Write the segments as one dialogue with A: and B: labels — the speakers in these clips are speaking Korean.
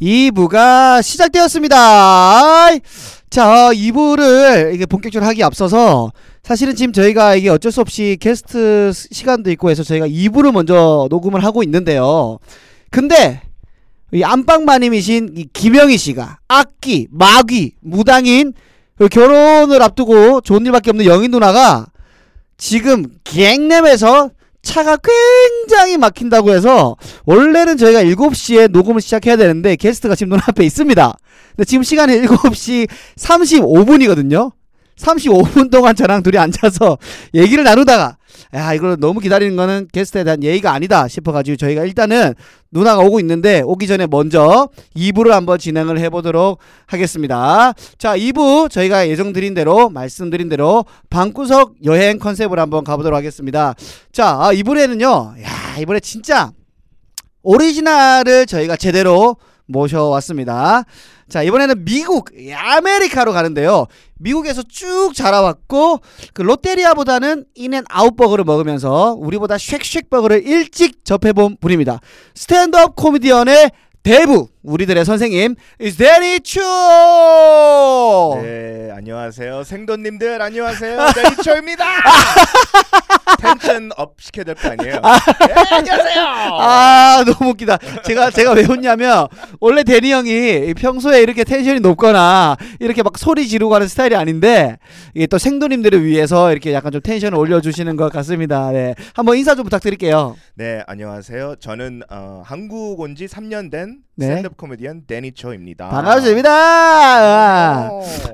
A: 2부가 시작되었습니다. 자, 2부를 이게 본격적으로 하기 앞서서 사실은 지금 저희가 이게 어쩔 수 없이 게스트 시- 시간도 있고 해서 저희가 2부를 먼저 녹음을 하고 있는데요. 근데 이 안방마님이신 이 김영희 씨가 악기, 마귀, 무당인 그 결혼을 앞두고 좋은 일밖에 없는 영희 누나가 지금 갱냄에서 차가 굉장히 막힌다고 해서 원래는 저희가 7시에 녹음을 시작해야 되는데 게스트가 지금 눈앞에 있습니다. 근데 지금 시간이 7시 35분이거든요. 35분 동안 저랑 둘이 앉아서 얘기를 나누다가 야 이걸 너무 기다리는 거는 게스트에 대한 예의가 아니다 싶어가지고 저희가 일단은 누나가 오고 있는데 오기 전에 먼저 2부를 한번 진행을 해보도록 하겠습니다. 자 2부 저희가 예정드린 대로 말씀드린 대로 방구석 여행 컨셉으로 한번 가보도록 하겠습니다. 자 아, 이번에는요 야 이번에 진짜 오리지널을 저희가 제대로 모셔왔습니다. 자 이번에는 미국 이 아메리카로 가는데요. 미국에서 쭉 자라왔고 그 롯데리아보다는 인앤아웃버거를 먹으면서 우리보다 쉑쉑버거를 일찍 접해본 분입니다. 스탠드업 코미디언의 대부 우리들의 선생님 이스 데니 추. 어.
B: 네, 안녕하세요. 생돈님들 안녕하세요. 데리초입니다. 텐션 업 시켜야 될 거 아니에요. 네, 안녕하세요.
A: 아 너무 웃기다. 제가 제가 왜 웃냐면 원래 대리 형이 평소에 이렇게 텐션이 높거나 이렇게 막 소리 지르고 하는 스타일이 아닌데 이게 또 생도님들을 위해서 이렇게 약간 좀 텐션을 올려주시는 것 같습니다. 네, 한번 인사 좀 부탁드릴게요.
B: 네, 안녕하세요. 저는 어, 한국 온 지 3년 된
A: 네.
B: 스탠드업 코미디언 데니초입니다. 어.
A: 반갑습니다. 아.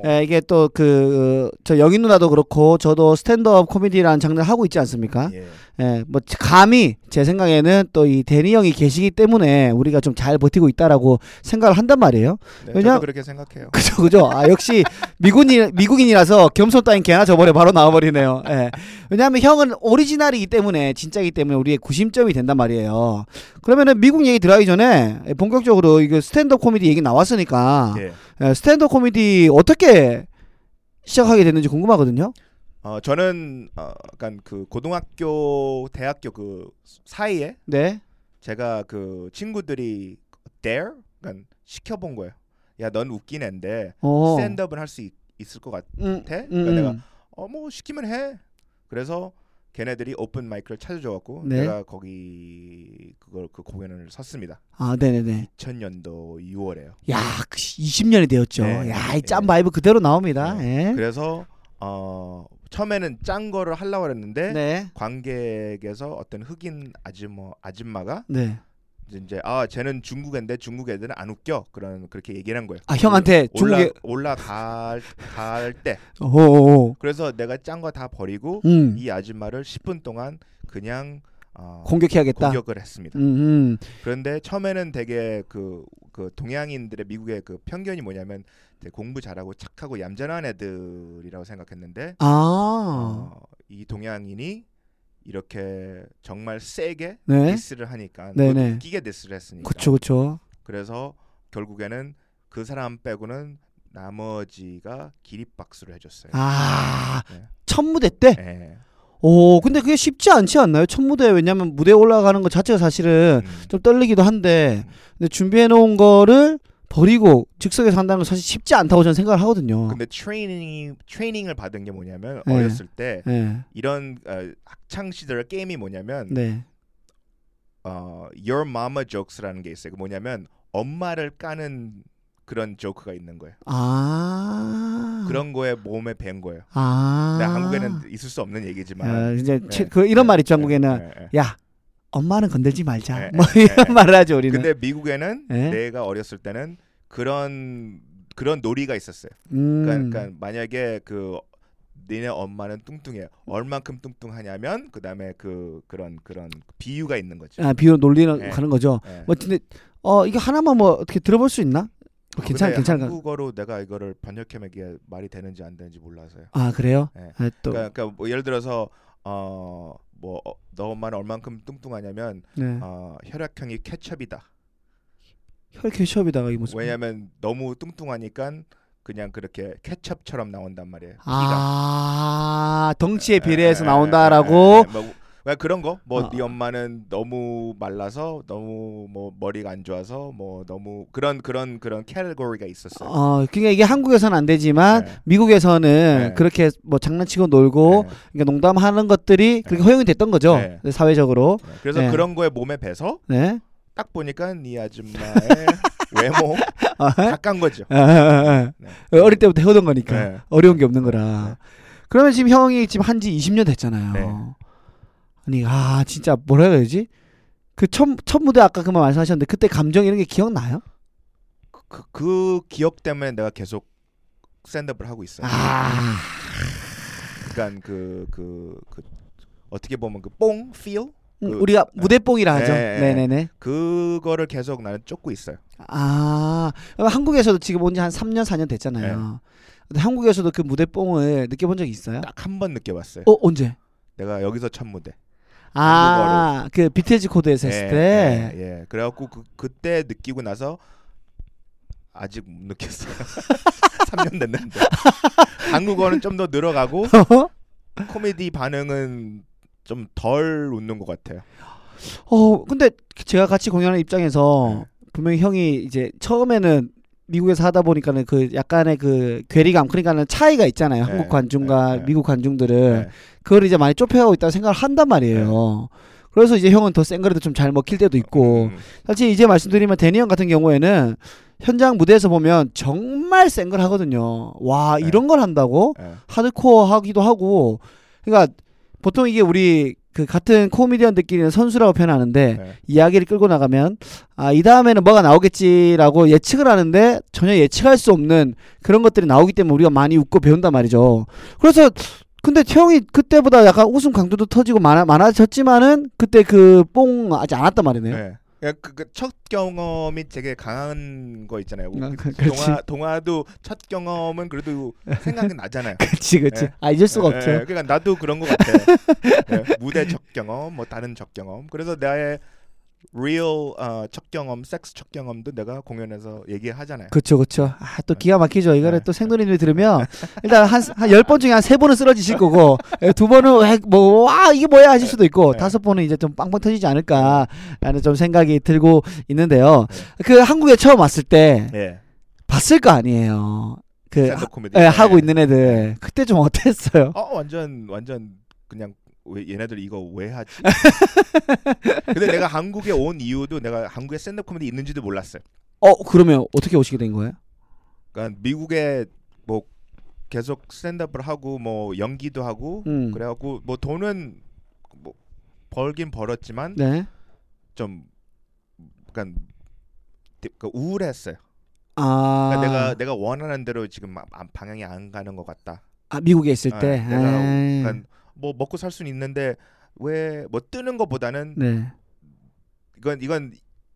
A: 예, 이게 또 그 저 영인 누나도 그렇고 저도 스탠드업 코미디라는 장르 하고 있지 않습니까?
B: 예.
A: 예, 뭐 감히 제 생각에는 또 이 대니 형이 계시기 때문에 우리가 좀 잘 버티고 있다라고 생각을 한단 말이에요.
B: 네,
A: 왜냐-
B: 저도 그렇게 생각해요.
A: 그죠 그죠 아 역시 미군이 미국인이라서 겸손 따윈 개나 저번에 바로 나와버리네요 예 왜냐하면 형은 오리지널이기 때문에 진짜이기 때문에 우리의 구심점이 된단 말이에요 그러면은 미국 얘기 들어가기 전에 예, 본격적으로 이거 스탠드업 코미디 얘기 나왔으니까
B: 예.
A: 예, 스탠드업 코미디 어떻게 시작하게 됐는지 궁금하거든요
B: 어, 저는 어, 약간 그 고등학교, 대학교 그 사이에
A: 네
B: 제가 그 친구들이 dare 그러니까 시켜본 거예요. 야, 넌 웃긴 앤데
A: 어.
B: 스탠드업은 할 수 있을 것 같아.
A: 음,
B: 그러니까 내가
A: 음,
B: 어 뭐 시키면 해. 그래서 걔네들이 오픈 마이크를 찾아줘갖고
A: 네.
B: 내가 거기 그걸 그 공연을 섰습니다.
A: 아 네네네
B: 2000년도 6월에요.
A: 야 그 20년이 되었죠
B: 네.
A: 야 이 짠 바이브 그대로 나옵니다 예.
B: 그래서 어 처음에는 짠 거를 하려고 했는데
A: 네
B: 관객에서 어떤 흑인 아줌마 아줌마가
A: 네.
B: 이제 아 쟤는 중국 애인데 중국 애들은 안 웃겨 그런 그렇게 얘기를 한 거예요.
A: 아 형한테
B: 올라
A: 중국에
B: 올라갈 갈 때
A: 오오오
B: 그래서 내가 짠 거 다 버리고
A: 어, 음.
B: 이 아줌마를 10분 동안 그냥 어,
A: 공격해야겠다.
B: 공격을 했습니다.
A: 음, 음.
B: 그런데 처음에는 되게 그, 그 동양인들의 미국의 그 편견이 뭐냐면 되게 공부 잘하고 착하고 얌전한 애들이라고 생각했는데
A: 아.
B: 어, 이 동양인이 이렇게 정말 세게
A: 네.
B: 디스를 하니까
A: 네네.
B: 웃기게 디스를 했으니까
A: 그쵸 그쵸.
B: 그래서 결국에는 그 사람 빼고는 나머지가 기립박수를 해줬어요.
A: 아. 네.
B: 네.
A: 첫 무대 때.
B: 예.
A: 오, 근데 그게 쉽지 않지 않나요? 첫 무대 왜냐면 무대 에 올라가는 것 자체가 사실은
B: 음.
A: 좀 떨리기도 한데 근데 준비해 놓은 거를 버리고 즉석에서 한다는 건 사실 쉽지 않다고 저는 생각을 하거든요.
B: 근데 트레이닝이 트레이닝을 받은 게 뭐냐면
A: 어. 네.
B: 어렸을 때
A: 네.
B: 이런 어, 학창 시절 게임이 뭐냐면
A: 네.
B: 어, Your Mama Jokes라는 게 있어요. 그 뭐냐면 엄마를 까는 그런 조크가 있는 거예요.
A: 아.
B: 그런 거에 몸에 밴 거예요.
A: 아.
B: 근데 네, 한국에는 있을 수 없는 얘기지만
A: 아, 이제
B: 네.
A: 최- 그 이런 말 있죠
B: 네,
A: 한국에는
B: 네, 네.
A: 야 엄마는 건들지 말자
B: 네,
A: 뭐
B: 네,
A: 이런
B: 네.
A: 말을 하죠 우리는
B: 근데 미국에는
A: 네.
B: 내가 어렸을 때는 그런 그런 놀이가 있었어요.
A: 음.
B: 그러니까, 그러니까 만약에 그 니네 엄마는 뚱뚱해. 얼만큼 뚱뚱하냐면 그다음에 그 그런 그런 비유가 있는 거죠.
A: 아, 비유로 놀리는
B: 네.
A: 가는 거죠.
B: 네.
A: 뭐 근데 어 이거 하나만 뭐 어떻게 들어볼 수 있나? 뭐 괜찮아
B: 근데
A: 괜찮아.
B: 한국어로 내가 이거를 번역하면 이게 말이 되는지 안 되는지 몰라서요.
A: 아 그래요?
B: 네.
A: 아, 또
B: 그러니까, 그러니까 뭐 예를 들어서 어뭐너 엄마는 얼만큼 뚱뚱하냐면
A: 네.
B: 어, 혈액형이 케첩이다.
A: 혈액 시험이다가 이 모습.
B: 왜냐하면 너무 뚱뚱하니까 그냥 그렇게 케첩처럼 나온단 말이에요. 키가. 네.
A: 아 덩치에
B: 에,
A: 비례해서
B: 에, 에,
A: 나온다라고
B: 에, 에, 뭐 왜 그런 거? 뭐
A: 아.
B: 네 엄마는 너무 말라서 너무 뭐 머리가 안 좋아서 뭐 너무 그런 그런 그런 캐테고리가 있었어요.
A: 어, 그러니까 이게 한국에서는 안 되지만
B: 네.
A: 미국에서는
B: 네.
A: 그렇게 아. 뭐 장난치고 놀고
B: 네.
A: 그러니까 농담하는 것들이 그렇게 허용이 됐던 거죠
B: 네.
A: 사회적으로.
B: 네. 그래서
A: 네.
B: 그런 거에 몸에 배서
A: 네.
B: 딱 보니까 네 아줌마의 외모
A: 아,
B: 다깐 거죠.
A: 아, 아,
B: 네.
A: 아. 어릴 때부터 해오던 거니까
B: 네.
A: 어려운 게 없는 거라. 그러면 지금 형이 지금 한 지 20년 됐잖아요.
B: 네.
A: 아니 아 진짜 뭐라 해야 되지? 그 첫 첫 무대 아까 그만 말씀하셨는데 그때 감정 이런 게 기억나요?
B: 그, 그 기억 때문에 내가 계속 스탠드업을 하고 있어요.
A: 아,
B: 그러니까 그, 그, 그 어떻게 보면 그뽕 feel
A: 음,
B: 그-
A: 우리가 무대뽕이라 하죠.
B: 네, 네.
A: 네, 네, 네.
B: 그거를 계속 나는 쫓고 있어요.
A: 아, 그럼 한국에서도 지금 온 지 한 3년 4년
B: 네.
A: 됐잖아요. 근데 한국에서도 그 무대뽕을 느껴본 적 있어요?
B: 딱 한 번 느껴봤어요.
A: 아. 어 언제?
B: 내가 여기서 첫 무대.
A: 아, 그 BTS 코드에서 했을
B: 예,
A: 때.
B: 예, 예. 그래갖고 그 그때 느끼고 나서 아직 못 느꼈어요. 3년 됐는데 한국어는 좀 더 늘어가고 코미디 반응은 좀 덜 웃는 것 같아요.
A: 어, 근데 제가 같이 공연하는
B: 네.
A: 입장에서 분명히 형이 이제 처음에는 미국에서 하다 보니까는 그 약간의 그 괴리감 그러니까는 차이가 있잖아요.
B: 네,
A: 한국 관중과
B: 네, 네.
A: 미국 관중들을
B: 네.
A: 그걸 이제 많이 좁혀가고 있다고 생각을 한단 말이에요. 그래서 이제 형은 더 센 거라도 좀 잘 먹힐 때도 있고
B: 음,
A: 사실 이제 말씀드리면 데니 형 같은 경우에는 현장 무대에서 보면 정말 센 걸 하거든요. 와
B: 네.
A: 이런 걸 한다고
B: 예.
A: 하드코어 하기도 하고 그러니까 보통 이게 우리 그 같은 코미디언들끼리는 선수라고 표현하는데
B: 네.
A: 이야기를 끌고 나가면 아 이 다음에는 뭐가 나오겠지라고 예측을 하는데 전혀 예측할 수 없는 그런 것들이 나오기 때문에 우리가 많이 웃고 배운단 말이죠. 그래서 근데 태형이 그때보다 약간 웃음 강도도 터지고 많아 많아졌지만은 그때 그 뽕 아직 안 왔단 말이네요.
B: 예. 그러니까 그, 그 첫 경험이 되게 강한 거 있잖아요.
A: 아,
B: 그
A: 그- 그렇지.
B: 동화 동화도 첫 경험은 그래도 생각이 나잖아요.
A: 그렇지 그렇지.
B: 예.
A: 아 잊을 수가
B: 예,
A: 없죠.
B: 예, 그러니까 나도 그런 것 같아. 예, 무대 첫 경험, 뭐 다른 첫 경험. 그래서 나의 real 어, 첫 경험, 섹스 첫 경험도 내가 공연에서 얘기하잖아요.
A: 그렇죠 그렇죠. 아 또 기가 막히죠. 이거를
B: 네.
A: 또 생도님이 들으면 일단 한한열번 중에 한 세 번은 쓰러지실 거고 예, 두 번은 뭐와 이게 뭐야 하실 수도 있고
B: 네.
A: 다섯 번은 이제 좀 빵빵 터지지 않을까라는 좀 생각이 들고 있는데요. 그 한국에 처음 왔을 때
B: 예.
A: 봤을 거 아니에요. 그
B: 스탠드
A: 네, 하,
B: 코미디.
A: 예, 하고 있는 애들 그때 좀 어땠어요?
B: 어 완전 완전 그냥 왜 얘네들 이거 왜 하지? 근데 내가 한국에 온 이유도 내가 한국에 스탠드 코미디 있는지도 몰랐어요.
A: 어 그러면 어떻게 오시게 된 거예요?
B: 그러니까 미국에 뭐 계속 스탠드업을 하고 뭐 연기도 하고
A: 음.
B: 그래갖고 뭐 돈은 뭐 벌긴 벌었지만
A: 네.
B: 좀 약간 디- 그 우울했어요.
A: 아,
B: 그러니까 내가 내가 원하는 대로 지금 막 안- 방향이 안 가는 것 같다.
A: 아, 미국에 있을
B: 예,
A: 때. 아.
B: 내가
A: 에이.
B: 그러니까 뭐 먹고 살 수는 있는데 왜 뭐 뜨는 것보다는
A: 네.
B: 이건 이건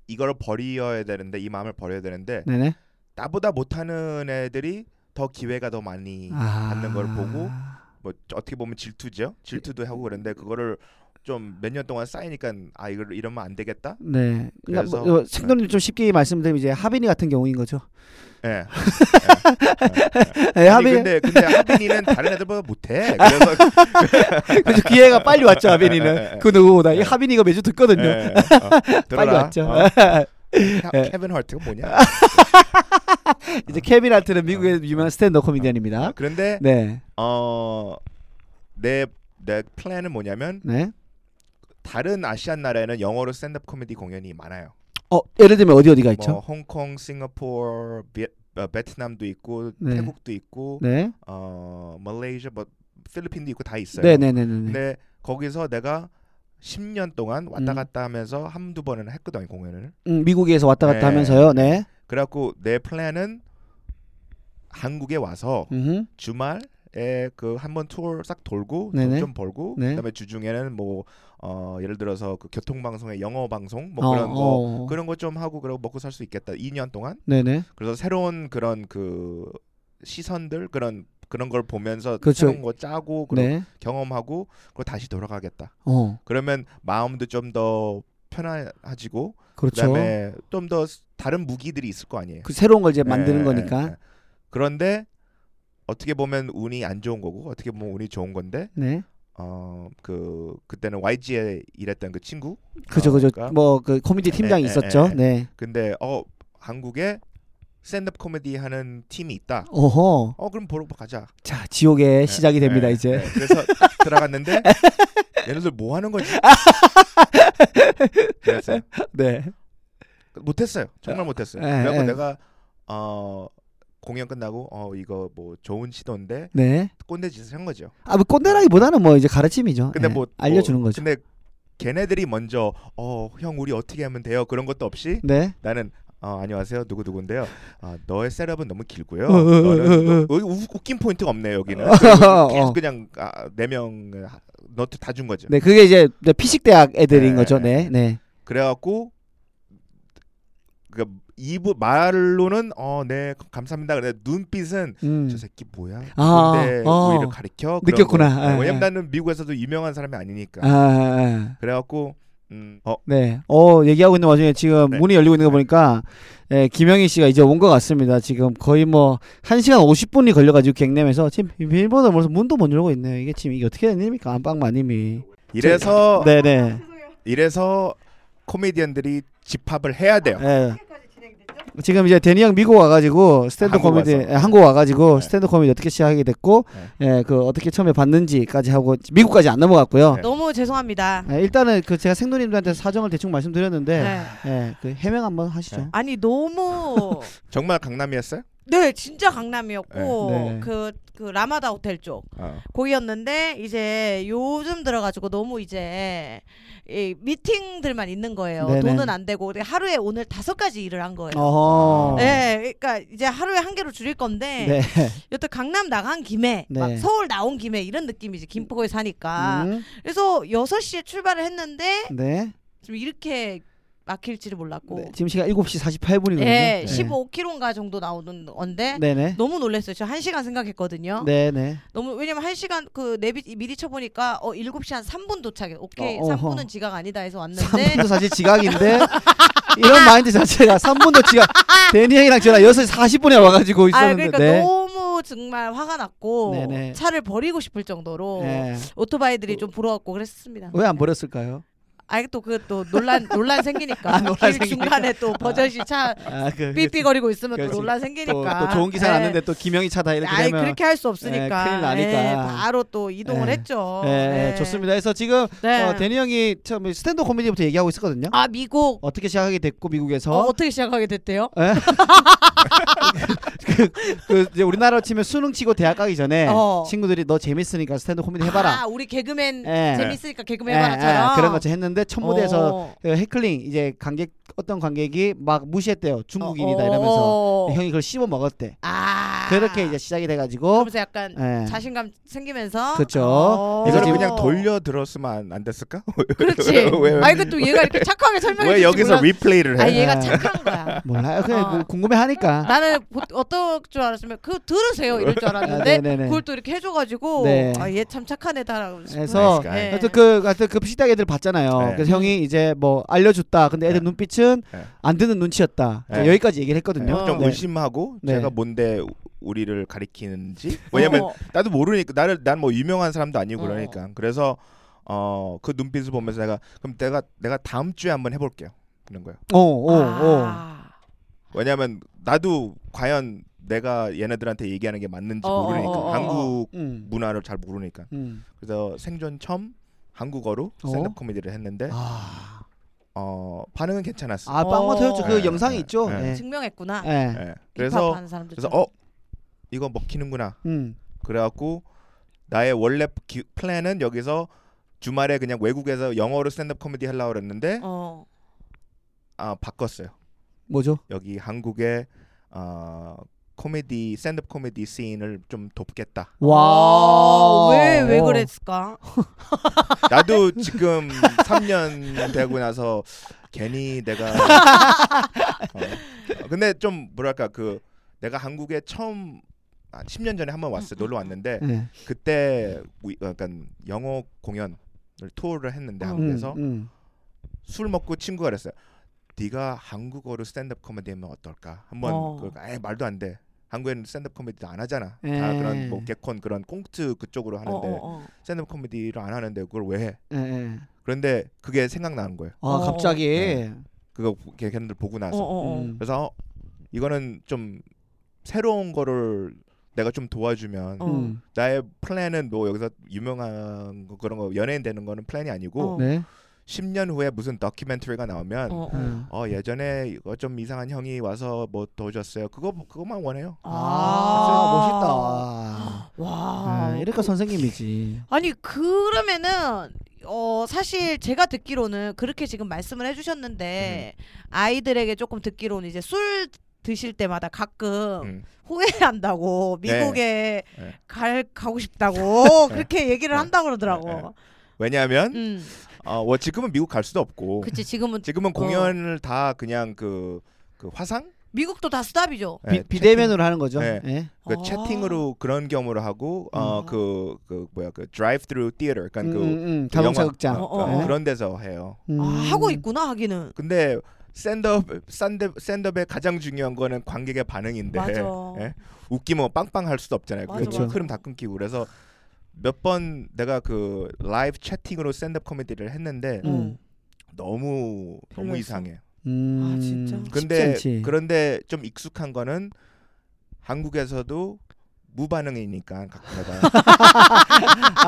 B: 이걸 버려야 되는데 이 마음을 버려야 되는데
A: 네네.
B: 나보다 못하는 애들이 더 기회가 더 많이
A: 아.
B: 받는 걸 보고 뭐 어떻게 보면 질투죠. 질투도 하고 그런데 그거를 좀 몇 년 동안 쌓이니까 아 이걸 이러면 안 되겠다.
A: 네. 그러니까
B: 그래서-
A: 뭐, 생도님 좀 쉽게 말씀드리면 이제 하빈이 같은 경우인 거죠.
B: 예.
A: 네,
B: 아니,
A: 하빈이
B: 근데 근데 하빈이는 다른 애들보다 못해. 그래서
A: 그래서 기회가 빨리 왔죠 하빈이는. 그 누구보다 이 하빈이가 매주 듣거든요.
B: 예, 어,
A: 빨리
B: 네. 들어라.
A: 왔죠.
B: 어,
A: 예.
B: 케- 케빈 할트가 뭐냐?
A: 이제 케빈 할트는
B: 어.
A: 미국의 유명한 스탠드 코미디언입니다.
B: 그런데
A: 네.
B: 어내내 플랜은 뭐냐면
A: 네.
B: 다른 아시안 나라에는 영어로 스탠드업 코미디 공연이 많아요.
A: 어 예를 들면 어디 어디가 있죠?
B: 뭐 홍콩, 싱가포르, 베, 어, 베트남도 있고
A: 네.
B: 태국도 있고
A: 네.
B: 어 말레이시아, 뭐 필리핀도 있고 다 있어요.
A: 네네네네.
B: 근데 거기서 내가 10년 동안 왔다
A: 음.
B: 갔다 하면서 한두 번은 했거든 공연을.
A: 음, 미국에서 왔다 갔다
B: 네.
A: 하면서요. 네.
B: 그래갖고 내 플랜은 한국에 와서
A: 음.
B: 주말에 그 한 번 투어 싹 돌고
A: 네네.
B: 돈 좀 벌고
A: 네.
B: 그다음에 주중에는 뭐 어, 예를 들어서 그 교통 방송의 영어 방송
A: 어,
B: 뭐 그런 거
A: 어.
B: 그런 거 좀 하고 그러고 먹고 살 수 있겠다. 2년 동안.
A: 네네.
B: 그래서 새로운 그런 그 시선들 그런 그런 걸 보면서
A: 그렇죠.
B: 새로운 거 짜고 그런
A: 네.
B: 경험하고 그리고 다시 돌아가겠다.
A: 어.
B: 그러면 마음도 좀 더 편안해지고
A: 그렇죠.
B: 그다음에 좀 더 다른 무기들이 있을 거 아니에요.
A: 그 새로운 걸 이제
B: 예,
A: 만드는
B: 예,
A: 거니까.
B: 예. 그런데 어떻게 보면 운이 안 좋은 거고 어떻게 보면 운이 좋은 건데
A: 네.
B: 어그 그때는 YG에 일했던 그 친구
A: 그죠 그죠
B: 그러니까?
A: 뭐 그 코미디 팀장이
B: 에, 에,
A: 있었죠
B: 에, 에.
A: 네
B: 근데 어 한국에 스탠드업 코미디 하는 팀이 있다.
A: 어허
B: 어 그럼 보러 가자.
A: 자 지옥의
B: 네,
A: 시작이 됩니다
B: 네,
A: 이제
B: 네. 그래서 딱 들어갔는데 얘네들 뭐 하는 거지? 그래서
A: 네
B: 못했어요. 정말 못했어요.
A: 예,
B: 그래갖고
A: 예.
B: 내가 어 공연 끝나고 어 이거 뭐 좋은 시도인데
A: 네.
B: 꼰대 짓을 한 거죠.
A: 아, 뭐 꼰대라기보다는 뭐 이제 가르침이죠.
B: 근데
A: 예,
B: 뭐
A: 알려주는
B: 뭐,
A: 거죠.
B: 근데 걔네들이 먼저 어 형 우리 어떻게 하면 돼요? 그런 것도 없이
A: 네.
B: 나는 어, 안녕하세요 누구 누구인데요. 아, 너의 셋업은 너무 길고요.
A: 어, 어, 어,
B: 너는
A: 어, 어.
B: 여기 우- 웃긴 포인트가 없네 여기는.
A: 어,
B: 아, 그리고
A: 어,
B: 계속
A: 어.
B: 그냥 아, 네명 너트 다 준 거죠.
A: 네, 그게 이제 피식 대학 애들인
B: 네,
A: 거죠.
B: 네,
A: 네, 네.
B: 그래갖고 그러니까 이부 말로는 어 네 감사합니다. 근데 눈빛은
A: 음.
B: 저 새끼 뭐야?
A: 아,
B: 근데
A: 어.
B: 우리를 가리켜 그런
A: 느꼈구나.
B: 거예요. 어,
A: 예,
B: 왜냐면
A: 예.
B: 나는 미국에서도 유명한 사람이 아니니까.
A: 아, 아, 아.
B: 그래갖고 음, 어
A: 네. 어, 얘기하고 있는 와중에 지금
B: 네.
A: 문이 열리고 있는 거
B: 네.
A: 보니까 예, 김영희 씨가 이제 온 것 같습니다. 지금 거의 뭐 1시간 50분이 걸려 가지고 갱내면서 지금 빌보드 멀어서 문도 못 열고 있네요. 이게 지금 이게 어떻게 된 일입니까? 안방마님이.
B: 이래서
A: 네, 네.
B: 이래서 코미디언들이 집합을 해야 돼요.
A: 예. 지금 이제 데니 형 미국 와가지고 스탠드
B: 한국
A: 코미디
B: 와서.
A: 예, 한국 와가지고
B: 네.
A: 스탠드 코미디 어떻게 시작하게 됐고 예, 그 어떻게 처음에 봤는지까지 하고 미국까지 안 넘어갔고요.
B: 네.
C: 너무 죄송합니다.
A: 예, 일단은 그 제가 생도님들한테 사정을 대충
C: 네.
A: 말씀드렸는데 예, 그 해명 한번 하시죠.
C: 아니 너무
B: 정말 강남이었어요?
C: 네 진짜 강남이었고
A: 네. 네.
C: 그, 그 라마다 호텔 쪽
B: 어.
C: 거기였는데 이제 요즘 들어가지고 너무 이제 이 미팅들만 있는 거예요.
A: 네네.
C: 돈은 안 되고 근데 하루에 오늘 다섯 가지 일을 한 거예요.
A: 어허.
C: 네, 그러니까 이제 하루에 한 개로 줄일 건데
A: 네.
C: 여태 강남 나간 김에
A: 네.
C: 막 서울 나온 김에 이런 느낌이지 김포에 사니까
A: 음,
C: 그래서 여섯 시에 출발을 했는데
A: 네.
C: 좀 이렇게 막힐지를 몰랐고
A: 네. 지금 시간 7시 48분이거든요.
C: 예, 15km인가 정도 나오는 건데
A: 네, 네네.
C: 너무 놀랐어요. 저 1시간 생각했거든요.
A: 네네.
C: 너무 왜냐면 1시간 그 내비 미리 쳐 보니까 어 7시 한 3분 도착해. 오케이.
A: 어, 어허.
C: 3분은 지각 아니다 해서 왔는데
A: 3분도 사실 지각인데 이런 마인드 자체가 3분도 지각. 데니 형이랑 저랑 6시 40분에 와가지고
C: 아
A: 있었는데.
C: 그러니까
A: 네.
C: 너무 정말 화가 났고
A: 네네.
C: 차를 버리고 싶을 정도로
A: 예.
C: 오토바이들이 좀 부러웠고 그랬습니다.
A: 왜안 버렸을까요?
C: 아또그또 논란 논란 생기니까
A: 아, 논란
C: 길
A: 생기니까.
C: 중간에 또 버젓이 차
A: 아, 그,
C: 삐삐거리고 있으면 또
A: 그렇지.
C: 논란
A: 또,
C: 생기니까
A: 또 좋은 기사
C: 예.
A: 났는데 또 김영희 차다 이렇게
C: 아이
A: 되면
C: 그렇게 할 수 없으니까
A: 예, 큰일 나니까.
C: 예, 바로 또 이동을
A: 예.
C: 했죠.
A: 예,
C: 예.
A: 좋습니다. 그래서 지금
C: 네.
A: 어, 데니 형이 처음 스탠드 코미디부터 얘기하고 있었거든요.
C: 아 미국
A: 어떻게 시작하게 됐고 미국에서
C: 어, 어떻게 시작하게 됐대요?
A: 예? 그, 그 이제 우리나라로 치면 수능 치고 대학 가기 전에
C: 어.
A: 친구들이 너 재밌으니까 스탠드 코미디 해봐라.
C: 아 우리 개그맨
A: 예.
C: 재밌으니까 개그맨
A: 예,
C: 해봐라처럼
A: 예, 그런 거죠 했는데 첫 무대에서
C: 어.
A: 그 해클링 이제 관객 어떤 관객이 막 무시했대요 중국인이다
C: 어,
A: 이러면서
C: 어.
A: 형이 그걸 씹어 먹었대.
C: 아
A: 그렇게 이제 시작이 돼가지고
C: 그러면서 약간
A: 예.
C: 자신감 생기면서
A: 그쵸.
C: 어.
B: 이거를
A: 지금-
B: 그냥 돌려 들었으면 안 됐을까?
C: 그렇지.
B: 왜, 왜, 왜,
C: 아니 그또 얘가 이렇게 착하게 설명해
B: 왜
C: 줄지
B: 여기서
C: 몰라.
B: 리플레이를
C: 아
B: 해?
C: 얘가
A: 예.
C: 착한 거야.
A: 몰라요. 그냥
C: 어.
A: 뭐 궁금해하니까.
C: 나는 보- 어떨 줄 알았으면 그거 들으세요 이럴 줄
A: 아,
C: 알았는데
A: 네네네.
C: 그걸 또 이렇게 해줘가지고
A: 네.
C: 아, 얘 참 착한 애다라고 싶은
A: 그래서
C: 거지. 예.
A: 하여튼 그 하여튼 그 피식 애들 봤잖아요.
B: 네.
A: 그래서 형이 이제 뭐 알려줬다. 근데 애들
B: 네.
A: 눈빛은
B: 네.
A: 안 듣는 눈치였다.
B: 네.
A: 여기까지 얘기를 했거든요.
C: 어.
B: 좀
A: 네.
B: 의심하고
A: 네.
B: 제가 뭔데 우리를 가리키는지 왜냐면
C: 어,
B: 나도 모르니까 나를 난 뭐 유명한 사람도 아니고
C: 어.
B: 그러니까 그래서 어 그 눈빛을 보면서 내가 그럼 내가 내가 다음 주에 한번 해볼게요 그런 거예요
A: 어, 어, 어.
C: 아.
B: 왜냐면 나도 과연 내가 얘네들한테 얘기하는 게 맞는지
C: 어,
B: 모르니까
C: 어, 어, 어, 어.
B: 한국
A: 음.
B: 문화를 잘 모르니까
A: 음.
B: 그래서 생존 처음 한국어로
A: 어?
B: 스탠드 코미디를 했는데
A: 아,
B: 어 반응은 괜찮았어.
A: 아 빵만
C: 어.
A: 터졌죠. 그
B: 네,
A: 영상이
B: 네,
A: 있죠.
B: 네.
A: 예.
C: 증명했구나.
A: 예.
B: 예. 그래서
C: 힙합하는 사람들
B: 그래서 어 이거 먹히는구나.
A: 음.
B: 그래갖고 나의 원래 기, 플랜은 여기서 주말에 그냥 외국에서 영어로 스탠드업 코미디 하려고 그랬는데
C: 어.
B: 아 바꿨어요.
A: 뭐죠?
B: 여기 한국의 어 코미디 스탠드업 코미디 씬을 좀 돕겠다.
A: 와.
C: 아, 어. 왜왜 왜
A: 어.
C: 그랬을까?
B: 나도 지금 3년 되고 나서 괜히 내가 어, 어, 근데 좀 뭐랄까 그 내가 한국에 처음 한 10년 전에 한번 왔어 요 놀러 왔는데
A: 예.
B: 그때 우- 약간 영어 공연을 투어를 했는데
C: 음,
B: 한국에서
A: 음, 음.
B: 술 먹고 친구가 그랬어요. 네가 한국어로 스탠드업 코미디 하면 어떨까? 한번
C: 어.
B: 그걸- 에이, 말도 안 돼. 한국에는 스탠드업 코미디도 안 하잖아.
A: 예.
B: 다 그런 뭐 개콘 그런 꽁트 그쪽으로
C: 어,
B: 하는데
C: 어, 어.
B: 스탠드업 코미디를 안 하는데 그걸 왜 해?
A: 예, 예.
B: 그런데 그게 생각나는 거예요.
A: 아
C: 어,
A: 갑자기
B: 네. 그거 보- 걔- 걔네들 보고
C: 어,
B: 나서
C: 어, 어.
A: 음.
B: 그래서 어, 이거는 좀 새로운 거를 내가 좀 도와주면
C: 어.
A: 음.
B: 나의 플랜은 뭐 여기서 유명한 거 그런 거 연예인 되는 거는 플랜이 아니고
C: 어.
A: 네.
B: 10년 후에 무슨 다큐멘터리가 나오면
C: 어,
B: 어.
C: 어.
A: 음.
B: 예전에 이거 좀 이상한 형이 와서 뭐 도와줬어요 그거 그것만 원해요
A: 아, 멋있다.
C: 아. 와.
A: 아, 이러니까 선생님이지.
C: 아니 그러면은 어 사실 제가 듣기로는 그렇게 지금 말씀을 해주셨는데
B: 음.
C: 아이들에게 조금 듣기로는 이제 술 드실 때마다 가끔
B: 음.
C: 후회한다고
B: 네.
C: 미국에
B: 네.
C: 갈 가고 싶다고
B: 네.
C: 그렇게 얘기를
B: 네.
C: 한다고
B: 네,
C: 그러더라고.
B: 왜냐하면
C: 음,
B: 어, 뭐 지금은 미국 갈 수도 없고
C: 그치 어. 지금은
B: 지금은 공연을 다 그냥 그, 그 화상
C: 미국도 다 스탑이죠.
B: 예,
A: 비, 비대면으로 하는 거죠.
B: 네.
A: 예.
B: 그
C: 아.
B: 채팅으로 그런 경우를 하고
C: 음.
B: 어그 그 뭐야 그 드라이브 스루 티어터 그러니까
A: 음,
B: 그
A: 음, 음.
B: 그 영화,
A: 자동차 극장.
C: 어, 어, 어.
A: 예.
B: 그런 데서 해요.
A: 음.
C: 아, 하고 있구나 하기는.
B: 근데 샌드업 샌드 샌드업의 가장 중요한 거는 관객의 반응인데
C: 맞아.
B: 예? 웃기면 빵빵 할 수도 없잖아요.
C: 맞아,
B: 그
A: 그렇죠.
B: 흐름 다 끊기고 그래서 몇 번 내가 그 라이브 채팅으로 샌드업 코미디를 했는데
A: 음.
B: 너무 너무
C: 별로였어?
B: 이상해.
A: 음.
C: 아, 진짜. 쉽지
B: 근데
A: 쉽지 않지.
B: 그런데 좀 익숙한 거는 한국에서도 무반응이니까 가끔 내가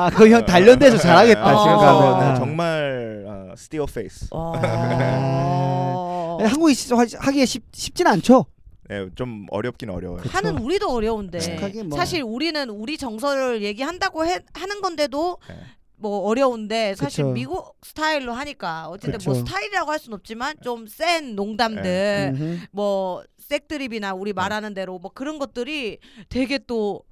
A: 아, 그거 형 단련돼서 잘하겠다.
C: 아,
A: 지금
C: 아,
A: 가면.
C: 아,
A: 아.
B: 네. 정말 어, 스티어 페이스.
C: 와. 네.
A: 아. 한국이 시- 하- 하기에 쉽, 쉽진 않죠.
B: 예, 좀 어렵긴 어려워요.
A: 그쵸.
C: 하는 우리도 어려운데
A: 솔직하게 뭐.
C: 사실 우리는 우리 정서를 얘기한다고 해, 하는 건데도
B: 네.
C: 뭐 어려운데 사실
A: 그쵸.
C: 미국 스타일로 하니까 어쨌든
A: 그쵸.
C: 뭐 스타일이라고 할 순 없지만 좀 센 농담들
A: 네. 음흠. 네.
C: 뭐 색드립이나 우리 말하는 대로 뭐 그런 것들이 되게 또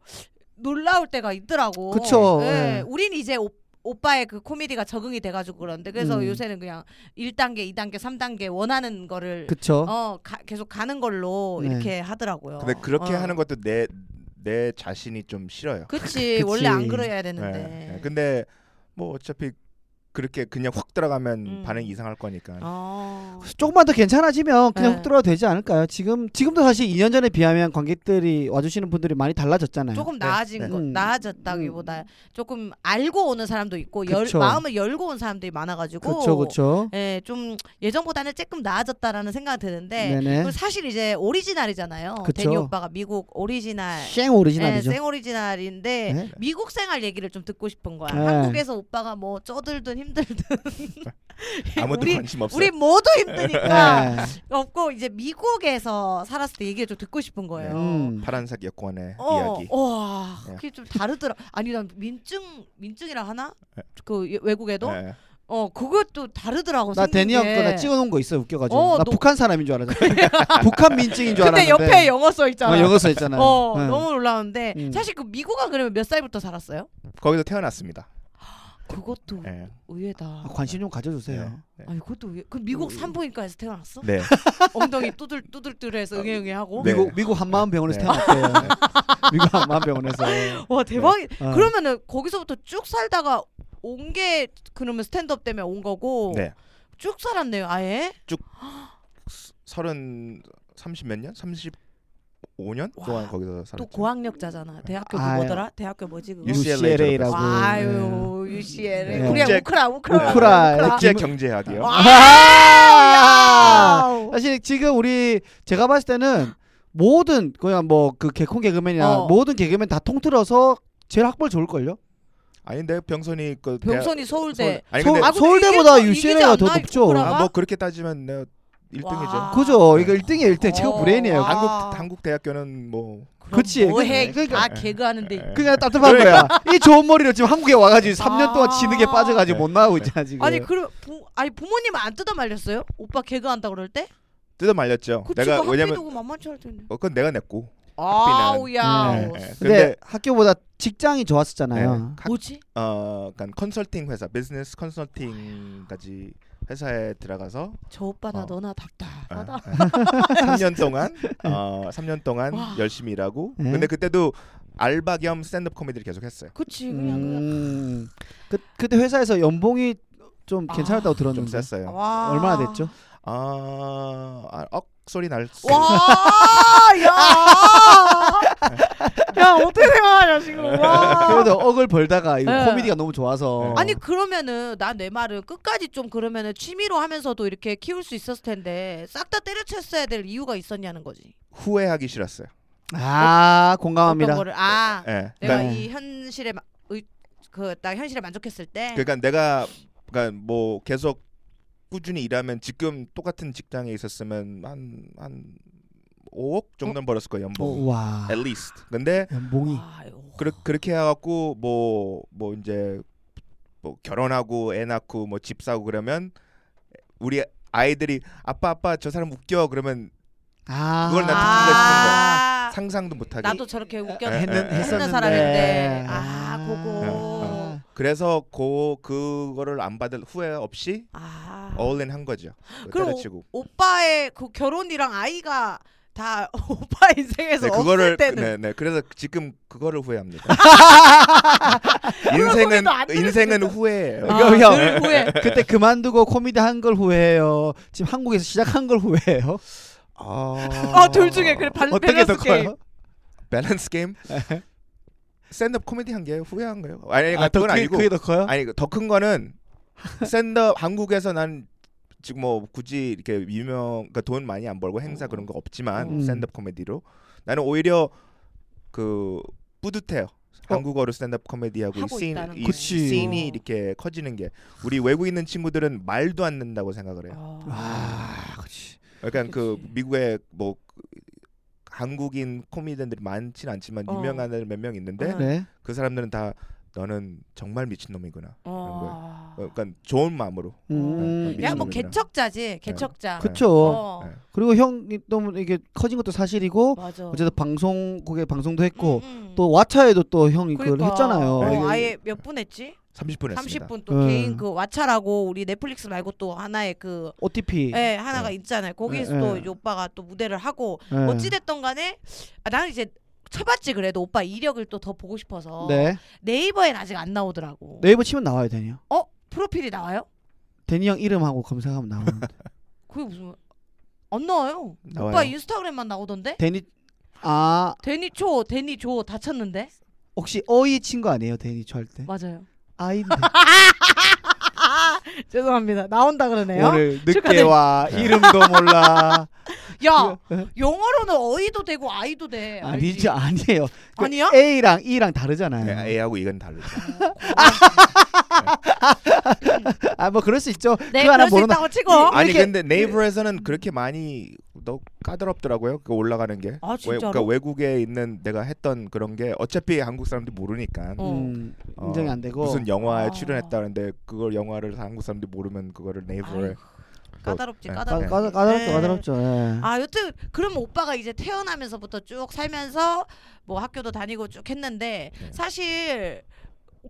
C: 놀라울 때가 있더라고.
A: 그쵸, 예.
C: 예. 우린 이제 오, 오빠의 그 코미디가 적응이 돼가지고 그런데 그래서
A: 음.
C: 요새는 그냥 1단계, 2단계, 3단계 원하는 거를
A: 그쵸.
C: 어 가, 계속 가는 걸로
A: 네.
C: 이렇게 하더라고요.
B: 근데 그렇게
C: 어.
B: 하는 것도 내 내 자신이 좀 싫어요.
C: 그치,
A: 그치.
C: 원래 안 그래야
B: 예,
C: 되는데.
B: 예. 근데 뭐 어차피 그렇게 그냥 확 들어가면
C: 음.
B: 반응이 이상할 거니까.
C: 어.
A: 조금만 더 괜찮아지면 그냥
C: 네.
A: 훅 들어도 되지 않을까요? 지금 지금도 사실 2년 전에 비하면 관객들이 와주시는 분들이 많이 달라졌잖아요.
C: 조금 나아진
B: 네.
C: 거
A: 음.
C: 나아졌다기보다 조금 알고 오는 사람도 있고 열,
A: 그쵸.
C: 마음을 열고 온 사람들이 많아가지고
A: 그렇죠, 그렇죠.
C: 예, 좀 예전보다는 조금 나아졌다라는 생각이 드는데
A: 네네.
C: 그리고 사실 이제 오리지널이잖아요.
A: 그쵸.
C: 데니 오빠가 미국 오리지널,
A: 쌩 오리지널이죠.
C: 예, 생 오리지널인데
A: 네.
C: 미국 생활 얘기를 좀 듣고 싶은 거야.
A: 네.
C: 한국에서 오빠가 뭐 쩌들든 힘들든
B: 아무도
C: 우리-
B: 관심 없어요.
C: 우리 모두 힘드니까
A: 네.
C: 없고 이제 미국에서 살았을 때 얘기를 좀 듣고 싶은 거예요.
A: 음. 네.
B: 파란색 여권의
C: 어,
B: 이야기.
C: 와,
B: 예.
C: 그게 좀 다르더라. 아니 난 민증 민증이라 하나?
A: 네.
C: 그 외국에도
B: 예.
C: 어 그것도 다르더라고.
A: 나
C: 생긴
A: 데니 형
C: 게.
A: 거나 찍어놓은 거 있어 웃겨가지고
C: 예. 어,
A: 나
C: 너-
A: 북한 사람인 줄 알았는데 북한 민증인 줄
C: 근데
A: 알았는데
C: 옆에 영어 써 있잖아.
A: 어, 영어 써 있잖아요.
C: 어,
A: 네.
C: 너무 놀라운데
A: 음.
C: 사실 그 미국아 그러면 몇 살부터 살았어요?
B: 거기서 태어났습니다.
C: 그것도
B: 예.
C: 의외다.
A: 네. 아, 네. 관심 좀 가져주세요.
B: 예. 예.
C: 어, 아 그것도 의외. 그 미국 산부인과에서 태어났어?
B: 네.
C: 엉덩이 뚜들 뚜들뚜들해서 응애응애하고.
B: 네.
A: 미국 미국 한마음병원에서
B: 네.
A: 태어났대요. 미국 한마음병원에서.
C: 와 대박이.
A: 어.
C: 그러면은 거기서부터 쭉 살다가 온 게 그러면 스탠드업 때문에 온 거고
B: 네.
C: 쭉 살았네요 아예.
B: 서른 삼십 몇 년? 삼십 오년 동안 거기서
C: 또
B: 살았죠.
C: 고학력자잖아. 대학교 그
A: 아,
C: 뭐더라? 대학교 뭐지 그거?
B: UCLA
A: UCLA라고.
C: 아유 UCL.
A: 네.
C: 우리
B: 국제-
C: 우크라 우크라.
A: 우크라.
B: 국제 경제학이요.
C: 와.
A: 아!
C: 와우.
A: 사실 지금 우리 제가 봤을 때는 모든 그냥 뭐 그 개콘 개그맨이나
C: 어.
A: 모든 개그맨 다 통틀어서 제일 학벌 좋을 걸요.
B: 아닌데 병선이 그 대학-
C: 병선이 서울대.
B: 아니
A: 서울-
B: 근데
C: 아, 근데
A: 서울대보다
C: 이기지
A: UCLA가 더
C: 않나?
A: 높죠.
C: 우크라가?
B: 아, 뭐 그렇게 따지면 내가 1등이죠.
C: 와.
A: 그죠?
B: 네.
A: 이거 1등이 1등 최고
C: 어,
A: 불행이에요.
C: 와.
B: 한국 한국 대학교는 뭐
C: 그럼
A: 그치,
C: 뭐해?
A: 그-
C: 다
A: 그러니까-
C: 개그하는데
B: 예.
A: 그냥 따뜻한 거야. 이 좋은 머리로 지금 한국에 와가지고 3년 동안
C: 아.
A: 지능에 빠져가지고
B: 네.
A: 못 나오고 있잖아 지금.
C: 아니 그럼 부, 아니 부모님 안 뜯어 말렸어요? 오빠 개그한다 그럴 때?
B: 뜯어 말렸죠.
C: 그
B: 내가
C: 지금
B: 왜냐면
C: 학비도 만만치 않을 텐데.
B: 어, 그건 내가 냈고.
C: 아우야.
A: 네.
B: 예.
A: 근데,
B: 근데
A: 학교보다 직장이
B: 네.
A: 좋았었잖아요.
B: 각,
C: 뭐지?
B: 어, 그러니까 컨설팅 회사, 비즈니스 컨설팅까지 회사에 들어가서
C: 저 오빠나
B: 어.
C: 너나 답답하다. 네.
B: 3년 동안 어, 3년 동안
C: 와.
B: 열심히 일하고.
A: 네.
B: 근데 그때도 알바 겸 스탠드업 코미디를 계속했어요.
C: 그치 그냥 그
A: 음, 그 그때 회사에서 연봉이 좀
C: 아,
A: 괜찮았다고
B: 좀
A: 들었는데
B: 셌어요.
C: 와.
A: 얼마나 됐죠?
B: 아, 아, 억 소리 날.
C: 와, 야, 야 어떻게 생각하냐 지금? 와.
A: 그래도 억을 벌다가 이
C: 아. 네.
A: 코미디가 너무 좋아서
B: 네.
C: 아니 그러면은 난 내 말을 끝까지 좀 그러면은 취미로 하면서도 이렇게 키울 수 있었을 텐데 싹 다 때려쳤어야 될 이유가 있었냐는 거지.
B: 후회하기 싫었어요.
A: 아
C: 어떤
A: 공감합니다.
C: 거를 아
B: 예.
C: 내가
A: 네.
C: 이 현실에 그딱 현실에 만족했을 때.
B: 그러니까 내가 그러니까 뭐 계속 꾸준히 일하면 지금 똑같은 직장에 있었으면 한 한 5억
C: 어?
B: 정도는 벌었을 거예요 연봉.
A: 와
B: at least. 근데
A: 어, 연봉이
C: 아유.
B: 그렇 그렇게 해갖고 뭐 뭐 이제 뭐 결혼하고 애 낳고 뭐 집 사고 그러면 우리 아이들이 아빠 아빠 저 사람 웃겨 그러면
A: 아
B: 그걸 나
C: 아,
B: 상상도 못하게.
C: 나도 저렇게 웃겨
B: 에, 에,
A: 했는
B: 에.
A: 했었는데 네.
C: 사람인데. 아, 그거.
B: 네.
A: 아.
B: 그래서 고 그거를 안 받을 후회 없이
C: 아.
B: 어울린 한 거죠.
C: 그럼
B: 때려치고.
C: 오빠의 그 결혼이랑 아이가 다 오빠
B: 네,
C: 인생에서 없을
B: 그거를
C: 때는
B: 네, 네. 그래서 지금 그거를 후회합니다. 인생은
C: 소리도 안 들을
B: 인생은
C: 수도 있어.
B: 후회예요.
A: 아. 형, 형.
C: 늘 후회.
A: 그때 그만두고 코미디 한 걸 후회해요. 지금 한국에서 시작한 걸 후회해요.
C: 아, 둘 중에 그래 발,
A: 어떤 게더
C: 밸런스 게임.
A: 커요?
B: 밸런스 게임. 스탠드업 코미디 한 게 후회한 거예요. 아니
A: 아,
B: 그러니까
A: 더
B: 그건
A: 크게,
B: 아니고
A: 그게 더 커요?
B: 아니 더 큰 거는 스탠드업 한국에서 난 지금 뭐 굳이 이렇게 유명 그러니까 돈 많이 안 벌고 행사 그런 거 없지만
A: 음.
B: 스탠드업 코미디로 나는 오히려 그 뿌듯해요. 한국어로 스탠드업 코미디하고 이
C: 하고
B: 씬,
C: 있다는
B: 이
A: 거. 그치.
B: 씬이 이렇게 커지는 게 우리 외국 있는 친구들은 말도 안 된다고 생각을 해요.
A: 네.
C: 아.
A: 아, 그렇지.
B: 그러니까 그
C: 그치.
B: 미국에 뭐 한국인 코미디언들이 많지는 않지만
C: 어.
B: 유명한 애들 몇 명 있는데
C: 어.
A: 네.
B: 그 사람들은 다 너는 정말 미친 놈이구나.
C: 어.
B: 그러니까 좋은 마음으로
A: 음.
C: 야, 뭐
B: 미친놈이구나.
C: 개척자지. 개척자.
A: 네.
B: 그-
A: 그렇죠.
C: 어.
B: 네.
A: 그리고 형이 너무 이게 커진 것도 사실이고
C: 맞아.
A: 어쨌든 방송국에 방송도 했고
C: 음, 음.
A: 또 왓챠에도 또 형이 그걸
C: 그러니까.
A: 했잖아요.
B: 네.
C: 어, 아예 몇 분 했지?
B: 30분 했습니다.
C: 30분 또
A: 네.
C: 개인 그 왓챠라고 우리 넷플릭스 말고 또 하나의 그
A: OTP.
C: 예, 하나가 있잖아요. 거기서
A: 네,
C: 또
A: 네.
C: 이제 오빠가 또 무대를 하고
A: 네.
C: 어찌 됐던 간에 아, 나는 이제 쳐봤지 그래도 오빠 이력을 또 더 보고 싶어서
A: 네.
C: 네이버엔 아직 안 나오더라고.
A: 네이버 치면 나와요, 대니요.
C: 어 프로필이 나와요?
A: 대니 형 이름하고 검색하면 나오는데.
C: 그게 무슨 안 나와요?
B: 나와요.
C: 오빠 인스타그램만 나오던데?
A: 대니 아
C: 데니초 데니조 다 쳤는데?
A: 혹시 어이 친 거 아니에요, 대니 저할 때?
C: 맞아요.
A: 아인데.
C: 아, 죄송합니다. 나온다 그러네요.
A: 오늘 늦게
C: 축하드립니다.
A: 와 이름도 몰라.
C: 야 영어로는 어이도 되고 아이도 돼. 네, 알지?
A: 그 아니죠, 아니에요. 그
C: 아니야?
A: A랑 E랑 다르잖아요.
B: 네, A하고 이건 다르죠.
C: 뭐,
A: 아 뭐 그럴 수 있죠.
C: 네
A: 그 하나
C: 그럴 수
A: 모르나.
C: 있다고 치고.
A: 이-
B: 아니
A: 이렇게-
B: 근데 네이버에서는 그렇게 많이 너 까다롭더라고요. 그 올라가는 게.
C: 아
B: 외,
C: 진짜로?
B: 그러니까 외국에 있는 내가 했던 그런 게 어차피 한국 사람들이 모르니까
C: 어.
A: 음, 인정이
B: 어,
A: 안 되고.
B: 무슨 영화에
C: 아.
B: 출연했다는데 그걸 영화를 한국 사람들이 모르면 그거를 네이버에
C: 아이고, 까다롭지
B: 네.
A: 까-
C: 까다롭지.
A: 까- 까다롭죠,
C: 네.
A: 까다롭죠. 예.
C: 아 여튼 그럼 오빠가 이제 태어나면서부터 쭉 살면서 뭐 학교도 다니고 쭉 했는데
B: 네.
C: 사실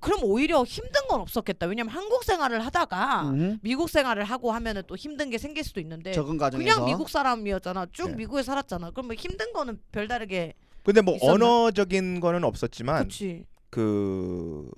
C: 그럼 오히려 힘든 건 없었겠다. 왜냐면 한국 생활을 하다가
A: 음,
C: 미국 생활을 하고 하면은 또 힘든 게 생길 수도 있는데
A: 적응 과정에서.
C: 네. 그냥 미국 사람이었잖아. 쭉
B: 네.
C: 미국에 살았잖아. 그럼 뭐 힘든 거는 별다르게
B: 근데 뭐
C: 있었나?
B: 언어적인 거는
A: 아.
B: 없었지만
C: 그렇지.
B: 그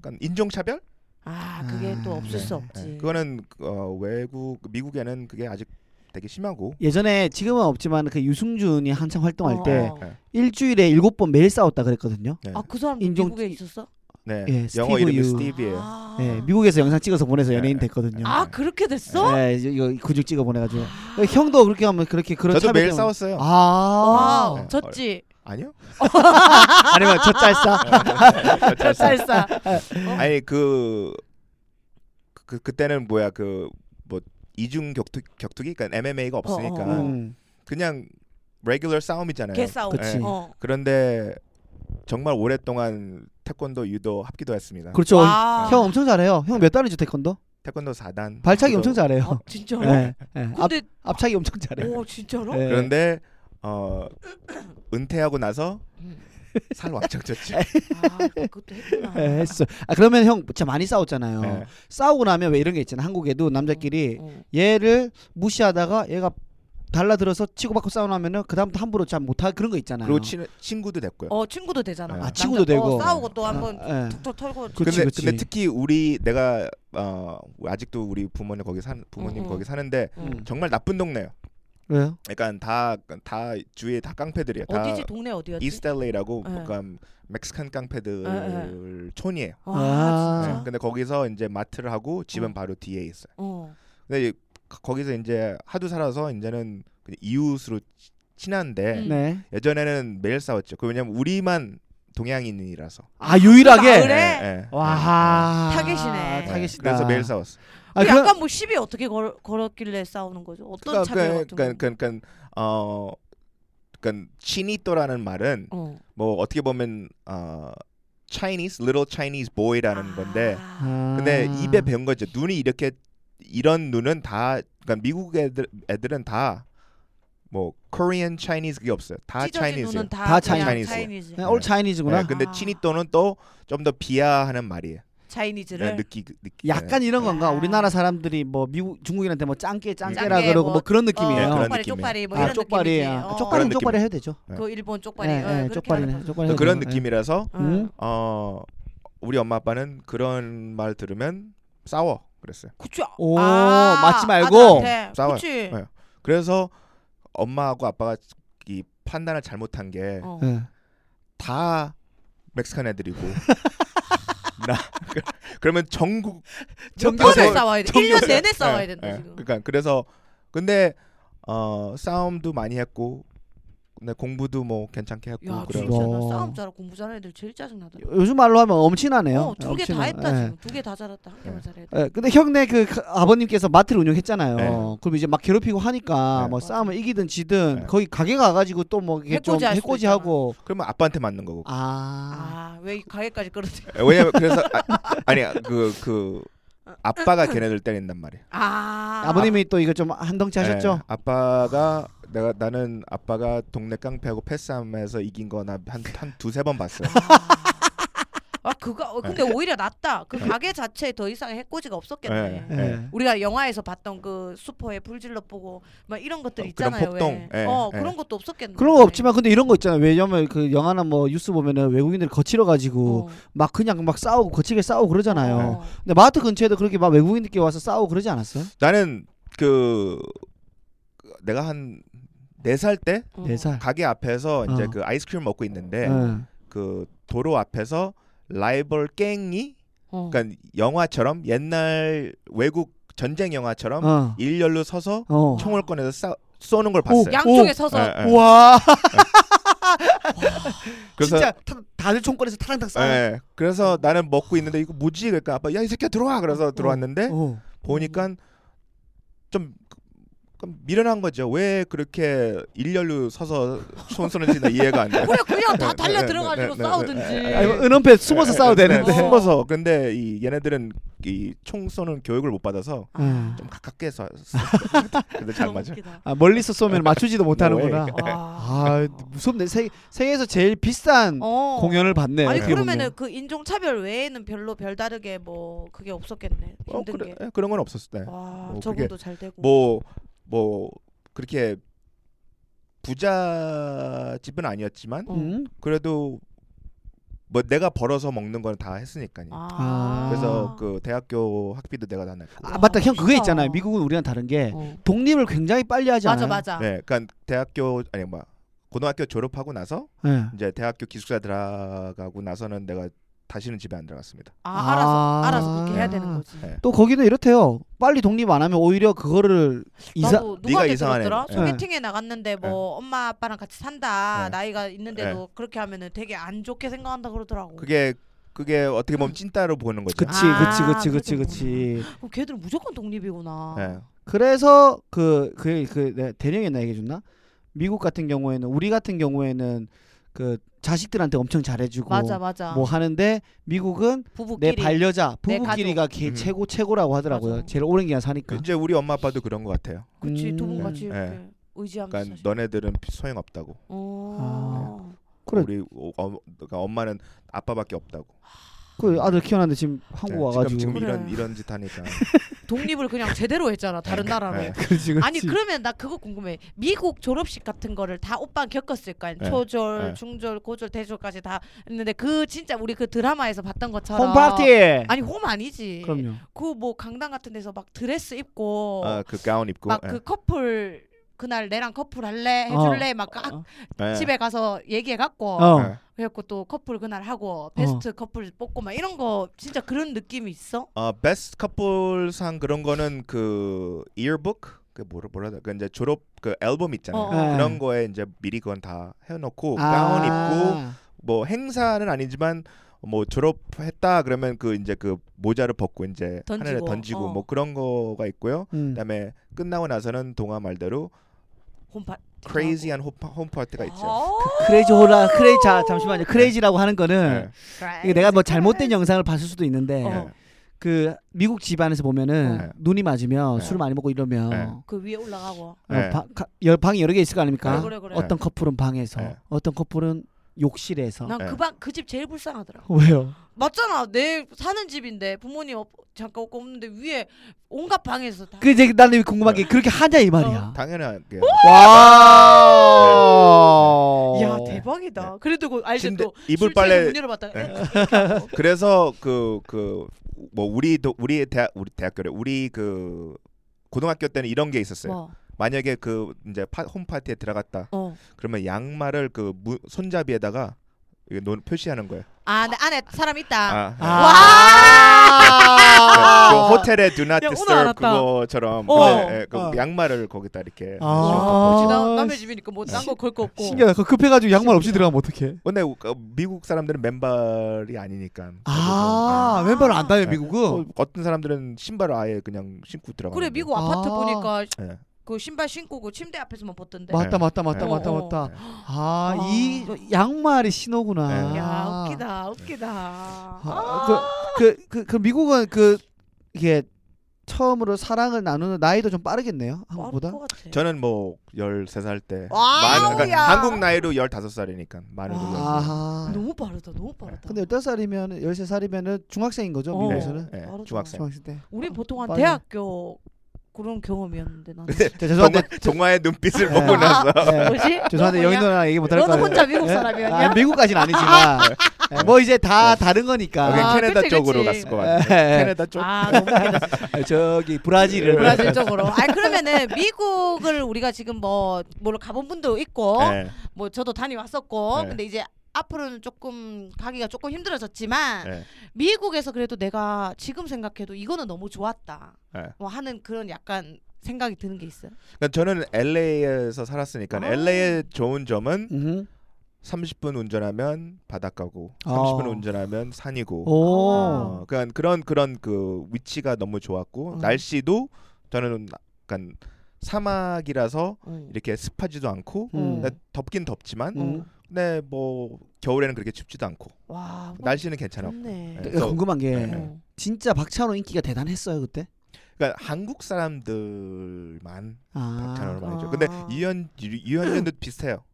B: 약간 인종차별?
C: 아 그게
A: 아,
C: 또 없을
A: 네,
C: 수
B: 네.
C: 없지.
B: 그거는 어, 외국 미국에는 그게 아직 되게 심하고
A: 예전에 지금은 없지만 그 유승준이 한창 활동할
C: 어.
A: 때
B: 네, 네.
A: 일주일에 일곱 번 매일 싸웠다 그랬거든요.
B: 네.
C: 아 그 사람 도
A: 인종-
C: 미국에 있었어?
B: 네.
A: 예,
B: 영어
A: 스티브
B: 이름이
A: 유.
B: 스티비예요.
C: 아,
A: 예, 미국에서 영상 찍어서 보내서
B: 네,
A: 연예인
B: 네.
A: 됐거든요.
C: 아 그렇게 됐어?
A: 예, 이거 구직 찍어 보내가지고 형도 그렇게 그렇죠. 하면 그렇게 그런
B: 저도
A: 차별
B: 매일
A: 때문에-
B: 싸웠어요.
A: 아,
C: 와우
B: 네.
C: 졌지.
B: 아니요?
A: 아니면 저 짤싸.
C: 저 어, 네. 쌀싸. 어?
A: 네.
B: 아니 그, 그 그때는 뭐야 그 뭐 이중 격투 격투기 그러니까 MMA가 없으니까
C: 어, 어, 어.
A: 음,
B: 그냥 레귤러 싸움이잖아요.
C: 개싸움.
A: 그치.
C: 어.
B: 그런데 정말 오랫동안 태권도 유도 합기도 했습니다.
A: 그렇죠.
C: 와.
A: 형 엄청 잘해요. 형 몇 단이죠 태권도?
B: 태권도 4단.
A: 발차기 엄청 잘해요.
C: 아, 진짜로?
A: 예, 예. 앞,
C: 근데
A: 앞차기 엄청 잘해.
C: 오 진짜로?
B: 네.
A: 예.
B: 그런데 어 은퇴하고 나서
C: 음.
B: 살 왕창 쪘죠.
A: 어,
C: 아 그것도 했구나.
A: 예, 했어. 아 그러면 형 진짜 많이 싸웠잖아요.
B: 네.
A: 싸우고 나면 왜 이런 게 있잖아. 한국에도 남자끼리
C: 어.
A: 얘를 무시하다가 얘가 달라들어서 치고받고 싸우면은 그 다음부터 함부로 잘 못하 그런 거 있잖아요.
B: 그리고 친, 친구도 됐고요.
C: 어 친구도 되잖아.
B: 아,
C: 남자-
A: 친구도 되고.
C: 어, 싸우고 또 한번
A: 아, 예.
C: 툭툭 털고.
A: 그치,
B: 근데
A: 그치.
B: 근데 특히 우리 내가 어 아직도 우리 부모님 거기 사 부모님
C: 어, 어.
B: 거기 사는데
C: 음.
B: 정말 나쁜 동네예요.
A: 왜요?
B: 그러니까 다다 주위에 다 깡패들이야. 다
C: 어디지 동네 어디였지?
B: 이스텔레이라고
C: 네.
B: 약간 멕시칸 깡패들
C: 네,
B: 촌이에요.
C: 와
A: 아.
B: 네,
C: 진짜.
B: 근데 거기서 이제 마트를 하고 집은
C: 어.
B: 바로 뒤에 있어요.
C: 어.
B: 근데 이- 거- 거기서 이제 하도 살아서 이제는 그냥 이웃으로 치- 친한데
C: 음.
A: 네.
B: 예전에는 매일 싸웠죠. 그 왜냐면 우리만 동양인이라서.
A: 아 유일하게
C: 마을에? 그래?
B: 예, 예.
A: 와
C: 타겟이네.
B: 예.
A: 타겟이다.
B: 그래서 매일 싸웠어.
A: 아,
C: 그
A: 그럼-
C: 약간 뭐 시비 어떻게 걸, 걸었길래 싸우는 거죠?
B: 그러니까
C: 어떤 차별
B: 그러니까
C: 같은 거?
B: 그러니까 그러니까, 어 그러니까 치니또라는 말은
C: 어.
B: 뭐 어떻게 보면 어 Chinese little Chinese boy라는
C: 아.
B: 건데
A: 아.
B: 근데 입에 배운 거죠. 눈이 이렇게 이런 눈은 다 그러니까 미국 애들 애들은 다 뭐 Korean Chinese 그게 없어요. 다
C: 찢어진
B: Chinese.
C: 눈은
B: 예요
C: 다,
A: 다
C: 그냥
B: 차이니즈.
C: 차이니즈.
A: 그냥 올 차이니즈구나.
B: 네, 근데
C: 아.
B: 치니또는 또 좀 더 비하하는 말이에요.
C: 차이니즈를
B: 네, 느끼 느끼.
A: 약간 이런 건가?
C: 아.
A: 우리나라 사람들이 뭐 미국 중국인한테 뭐 짱깨 짱깨라
C: 짱깨,
A: 그러고 뭐,
C: 뭐
A: 그런
C: 어,
A: 느낌이에요.
B: 네, 그런 느낌이에요.
C: 쪽발이 쪽발이 뭐
A: 아,
C: 이런
A: 쪽발이
C: 느낌이지.
A: 아,
C: 어,
A: 쪽발은
B: 그런
A: 쪽발이 해도 되죠.
C: 그 일본 쪽발이.
A: 네,
C: 어,
A: 네,
C: 그렇게 하는
A: 쪽발이네.
C: 거죠.
A: 쪽발이
B: 또
A: 해도
B: 그런
A: 되고.
B: 느낌이라서
C: 어.
A: 음?
B: 어 우리 엄마 아빠는 그런 말 들으면 싸워 그랬어요.
C: 그치.
A: 오, 맞지 말고.
B: 싸워요.
C: 그치.
B: 네. 그래서 엄마하고 아빠가 이 판단을 잘못한 게
C: 어.
A: 예.
B: 다 멕시칸 애들이고 나 그러면 전국
A: 전국
B: 몇
C: 번을
B: 번을
C: 싸워야 돼.
B: 전교생.
C: 1년 내내 싸워야
B: 예,
C: 된다
B: 예.
C: 지금.
B: 그러니까 그래서 근데 어 싸움도 많이 했고 근데 공부도 뭐 괜찮게 했고
C: 야
B: 그래서
C: 진짜 나
A: 와.
C: 싸움 잘하고 공부 잘하는 애들 제일 짜증나더라.
A: 요즘 말로 하면 엄친하네요.
C: 어, 두 개 다
A: 엄친해.
C: 했다
A: 예.
C: 지금. 두 개 다 잘했다. 한 개만 잘해야 돼.
A: 예, 근데 형네 그 가- 아버님께서 마트를 운영했잖아요.
B: 네.
A: 그럼 이제 막 괴롭히고 하니까
B: 네.
A: 뭐 싸움을 이기든 지든
B: 네.
A: 거기 가게 가가지고 또 뭐 이게 좀
C: 해코지 할 수도
A: 해코지하고
B: 그러면 아빠한테 맞는 거고
A: 아,
C: 아왜 가게까지 끌어들?
B: 왜냐면 그래서 아, 니 그그
C: 어.
B: 아빠가 걔네들 때린단 말이야.
C: 아
A: 아. 버님이또 이거 좀 한덩치 하셨죠?
B: 예, 아빠가 내가 나는 아빠가 동네 깡패하고 패싸움에서 이긴 거나 한한 두세 번 봤어요.
C: 아 그거 어, 근데 오히려 낫다. 그 가게 자체에 더 이상의 해코지가 없었겠네.
B: 예.
A: 예.
C: 우리가 영화에서 봤던 그 슈퍼에 불질러 보고 막 이런 것들
B: 어, 그런
C: 있잖아요.
B: 폭동.
C: 왜.
B: 예,
C: 어
B: 예.
C: 그런 것도 없었겠네.
A: 그런 거 없지만 근데 이런 거 있잖아요. 왜냐면 그 영화나 뭐 뉴스 보면은 외국인들 거칠어 가지고
C: 어.
A: 막 그냥 막 싸우고 거칠게 싸우고 그러잖아요.
C: 어.
A: 근데 마트 근처에도 그렇게 막 외국인들끼리 와서 싸우고 그러지 않았어요?
B: 나는 그 내가 한 네 살 때
C: 어.
A: 네 살.
B: 가게 앞에서 이제
A: 어.
B: 그 아이스크림 먹고 있는데
A: 예.
B: 그 도로 앞에서 라이벌 갱이
C: 어.
B: 그러니까 영화처럼 옛날 외국 전쟁 영화처럼
A: 어.
B: 일렬로 서서
A: 어.
B: 총을 꺼내서 싸, 쏘는 걸 봤어요.
C: 양쪽에
A: 오.
C: 서서
B: 예, 예.
A: 와.
B: 그래서
A: 진짜 다- 다들 총거리에서 타랑탕 싸우.
B: 예. 그래서 나는 먹고 있는데 이거 뭐지? 그러니까 아빠 야 이 새끼야 들어와. 그래서 들어왔는데
A: 어.
B: 보니까 좀 약간 미련한 거죠. 왜 그렇게 일렬로 서서 손 쓰는지나 이해가 안 돼.
C: 그래 그냥
B: 네,
C: 다
B: 네,
C: 달려
B: 네,
C: 들어가지고
B: 네, 네,
C: 싸우든지.
B: 네, 네.
A: 아니, 은은패 숨어서 싸워도 되는데.
C: 네.
B: 숨어서 근데 이 얘네들은 이 총 쏘는 교육을 못 받아서
A: 예.
B: 음. 좀 가깝게 쏴. 근데 잘
C: 음. 너무
B: 맞아.
C: 웃기다.
A: 아, 멀리서
B: 네.
A: 쏘면 맞추지도 못하는구나.
C: 와.
A: 아 무섭네. 세, 세계에서 제일 비싼
C: 어.
A: 공연을 봤네.
C: 아니
A: 어떻게
C: 그러면은 그 인종 차별 외에는 별로 별다르게 뭐 그게 없었겠네. 힘든
B: 어, 그래,
C: 게.
B: 예, 그런 건 없었을 때.
C: 와,
B: 뭐
C: 저분도 잘 되고.
B: 뭐, 뭐 그렇게 부자 집은 아니었지만
C: 어.
A: 보면. 음?
B: 그래도 뭐 내가 벌어서 먹는 건 다 했으니까요.
A: 아.
B: 그래서
C: 어.
B: 그 대학교 학비도 내가 다 냈고.
A: 아 맞다. 형 그거
C: 진짜.
A: 있잖아요. 미국은 우리랑 다른 게
C: 어.
A: 독립을 굉장히 빨리 하지
C: 맞아
A: 않아요.
C: 맞아.
B: 네, 그러니까 대학교 아니 뭐 고등학교 졸업하고 나서
A: 예.
B: 이제 대학교 기숙사 들어가고 나서는 내가 다시는 집에 안 들어갔습니다.
C: 아,
A: 아.
C: 알아서 알아서 그렇게 해야 되는 거지.
B: 네.
A: 또 거기는 이렇대요. 빨리 독립 안 하면 오히려 그거를 이사
C: 나도
B: 네가
C: 누가
B: 이상한
C: 이상하더라?
B: 애네.
C: 소개팅에 나갔는데 뭐
B: 네.
C: 엄마 아빠랑 같이 산다
B: 네.
C: 나이가 있는데도 그렇게 하면은 되게 안 좋게 생각한다 그러더라고.
B: 그게 그게 어떻게 보면 찐따로 보는 거죠.
A: 그치
C: 아, 그렇죠.
A: 그치 그치 그치 그치.
C: 그럼 걔들은 무조건 독립이구나.
B: 네.
A: 그래서 그 그 그 대령이 나 얘기해 줬나? 미국 같은 경우에는 우리 같은 경우에는 그 자식들한테 엄청 잘해주고
C: 맞아 맞아.
A: 뭐 하는데 미국은 내
C: 부부끼리.
A: 반려자
C: 내
A: 부부끼리가 걔
B: 음.
A: 최고 최고라고 하더라고요.
C: 맞아.
A: 제일 오랜 기간 사니까.
B: 이제 우리 엄마 아빠도 그런 것 같아요.
C: 그치 두 분
A: 음.
C: 같이 이렇게
B: 네.
C: 의지하면서.
B: 그러니까
C: 사실.
B: 너네들은 소용 없다고.
C: 어.
A: 그래.
B: 우리 어, 어, 그러니까 엄마는 아빠밖에 없다고.
A: 그 아들 키워놨는데 지금 한국
B: 네,
A: 와가지고.
B: 지금, 지금 이런
C: 그래.
B: 이런 짓 하니까.
C: 독립을 그냥 제대로 했잖아 다른 나라로.
B: 네.
A: 그렇지, 그러니까, 그렇지.
C: 아니 그러면 나 그거 궁금해. 미국 졸업식 같은 거를 다 오빠 겪었을 거 아니야.
B: 네.
C: 초절,
B: 네.
C: 중절, 고절, 대졸까지 다 했는데 그 진짜 우리 그 드라마에서 봤던 것처럼
A: 홈파티.
C: 아니 홈 아니지.
A: 그럼요.
C: 그 뭐 강당 같은 데서 막 드레스 입고
A: 아,
B: 아, 그 가운 입고.
C: 막
B: 예.
C: 그 커플 그날 내랑 커플 할래 해줄래 막 아,
B: 네.
C: 집에 가서 얘기해 갖고
A: 어.
B: 네.
C: 그래갖고 또 커플 그날 하고 베스트 커플 뽑고 막 이런 거 진짜 그런 느낌이 있어?
B: 어 베스트 커플상 그런 거는 그 이어북 그 뭐라 뭐라 그 이제 졸업 그 앨범 있잖아요.
C: 어,
A: 어.
B: 그런 거에 이제 미리 그건 다 해놓고
A: 아.
B: 뭐 가운 입고 뭐 행사는 아니지만 뭐 졸업했다 그러면 그 이제 그 모자를 벗고 이제 하늘에
C: 던지고,
B: 던지고
C: 어.
B: 뭐 그런 거가 있고요.
A: 음.
B: 그다음에 끝나고 나서는 동아 말대로
C: 홈파
B: 크레이지한 홈파, 홈 파티가 있죠.
A: 크레이지 호라 크레이 자 잠시만요 크레이지라고 하는
C: 아.
A: 거는
B: 네.
A: 이게 내가 뭐 잘못된 영상을 봤을 수도 있는데
C: 어.
A: 그 미국 집안에서 보면은
B: 네.
A: 눈이 맞으면
B: 네.
A: 술 많이 먹고 이러면
B: 네.
C: 그 위에 올라가고
A: 어,
B: 네.
A: 바- 가- 열- 방이 여러 개 있을 거 아닙니까?
C: 그래, 그래, 그래.
A: 어떤 커플은 방에서
B: 네.
A: 어떤 커플은 욕실에서
C: 난
B: 네.
C: 그 방 그 집 제일 불쌍하더라.
A: 왜요?
C: 맞잖아 내 사는 집인데 부모님 없, 잠깐 없고 없는데 위에 온갖 방에서 다
A: 그 이제 나는 궁금한
B: 네.
A: 게 그렇게 하냐 이 말이야.
B: 당연하게
C: 어?
B: 네.
A: 와.
C: 야 대박이다. 그래도 그 알지
B: 침대-
C: 또
B: 이불
C: 술집에
B: 빨래-
C: 문 열어봤다.
B: 네.
C: 네.
B: 그래서 그 그 뭐 우리 도, 우리 대학 우리 대학교래 우리 그 고등학교 때는 이런 게 있었어요.
C: 뭐,
B: 만약에 그 이제 파, 홈 파티에 들어갔다
C: 어.
B: 그러면 양말을 그 무, 손잡이에다가 이게 논, 표시하는 거예요.
C: 아, 내 안에 사람 있다.
B: 아,
A: 아.
B: 네,
A: 와.
B: 그 호텔의 do not
C: 아. 야, 오늘
B: disturb
C: 알았다.
B: 그거처럼
A: 어.
B: 네, 예, 그
A: 어.
B: 양말을 거기다 이렇게.
A: 아.
B: 씌워서
C: 나 남의 집이니까 뭐 딴 거 걸 거 없고.
A: 신기하다. 그거 급해가지고 양말 없이 들어가면 어떡해?
B: 근데 그 미국 사람들은 맨발이 아니니까.
A: 아,
C: 아.
A: 왼발을 안 다녀
B: 네.
A: 미국은.
B: 뭐 어떤 사람들은 신발을 아예 그냥 신고 들어가는.
C: 그래 미국 아파트
A: 아.
C: 보니까
B: 네.
C: 그 신발 신고 그 침대 앞에서만 벗던데.
A: 맞다 맞다 맞다
B: 네.
A: 맞다
C: 어,
A: 맞다.
B: 네.
A: 아,
C: 아.
A: 이 양말이 신호구나.
B: 네.
C: 야 웃기다 웃기다. 아,
A: 그그그 그, 그 미국은 그 이게 처음으로 사랑을 나누는 나이도 좀 빠르겠네요. 한국보다.
C: 빠를 것 같아.
B: 저는 뭐 13살
C: 아.
B: 때
C: 와우야.
B: 만, 그러니까 한국 나이로 15살이니까 만으로 놀랐어요.
A: 아하.
C: 너무 빠르다 너무 빠르다.
A: 근데 15살이면 13살이면은 중학생인 거죠,
C: 어.
A: 미국에서는.
B: 네,
C: 빠르다.
B: 중학생.
A: 중학생 때.
C: 우리 보통 한
A: 빠르네.
C: 대학교 그런 경험이었는데 나는.
B: 네.
A: 자, 죄송한데
B: 동화의 눈빛을
A: 네.
B: 보고 나서
A: 네.
C: 뭐지?
A: 죄송한데
C: 너 뭐냐?
A: 영희도나 얘기 못할 거예요.
C: 너는 혼자 미국
A: 예?
C: 사람이었냐? 네.
A: 아, 미국까지는 아니지만 예, 뭐 이제 다 다른 거니까.
C: 아,
B: 여기 캐나다
C: 그치,
B: 쪽으로 갔을 네.
C: 그치. 네.
B: 어, 것 같아요. 네.
A: 예.
B: 캐나다 쪽.
C: 아 너무
A: 네.
C: 웃기다.
A: 저기 브라질을
C: 브라질 쪽으로. 아 그러면은 미국을 우리가 지금 뭐뭘 가본 분도 있고
B: 네.
C: 뭐 저도 다녀왔었고
B: 네.
C: 근데 이제 앞으로는 조금 가기가 조금 힘들어졌지만
B: 네.
C: 미국에서 그래도 내가 지금 생각해도 이거는 너무 좋았다.
B: 네.
C: 뭐 하는 그런 약간 생각이 드는 게 있어요.
B: 그러니까 저는 LA에서 살았으니까
C: 아.
B: LA의 좋은 점은
A: 음흠.
B: 30분 운전하면 바닷가고
A: 아.
B: 30분 운전하면 산이고
A: 오.
C: 아.
B: 어, 그러니까 그런 그런 그 위치가 너무 좋았고
C: 음.
B: 날씨도 저는 약간 사막이라서
C: 음.
B: 이렇게 습하지도 않고
A: 어.
C: 어.
A: 음.
B: 근데 덥긴 덥지만
A: 음.
B: 근데 뭐 겨울에는 그렇게 춥지도 않고
C: 와
A: 어?
C: 뭐,
B: 날씨는 괜찮아.
C: 좋네.
B: 네.
A: 그러니까 궁금한 게
B: 네.
C: 어.
A: 진짜 박찬호 인기가 대단했어요 그때.
B: 그러니까 한국 사람들만 박찬호를
A: 아.
B: 많이 줘.
C: 아.
B: 근데 유현 유현진도 비슷해요.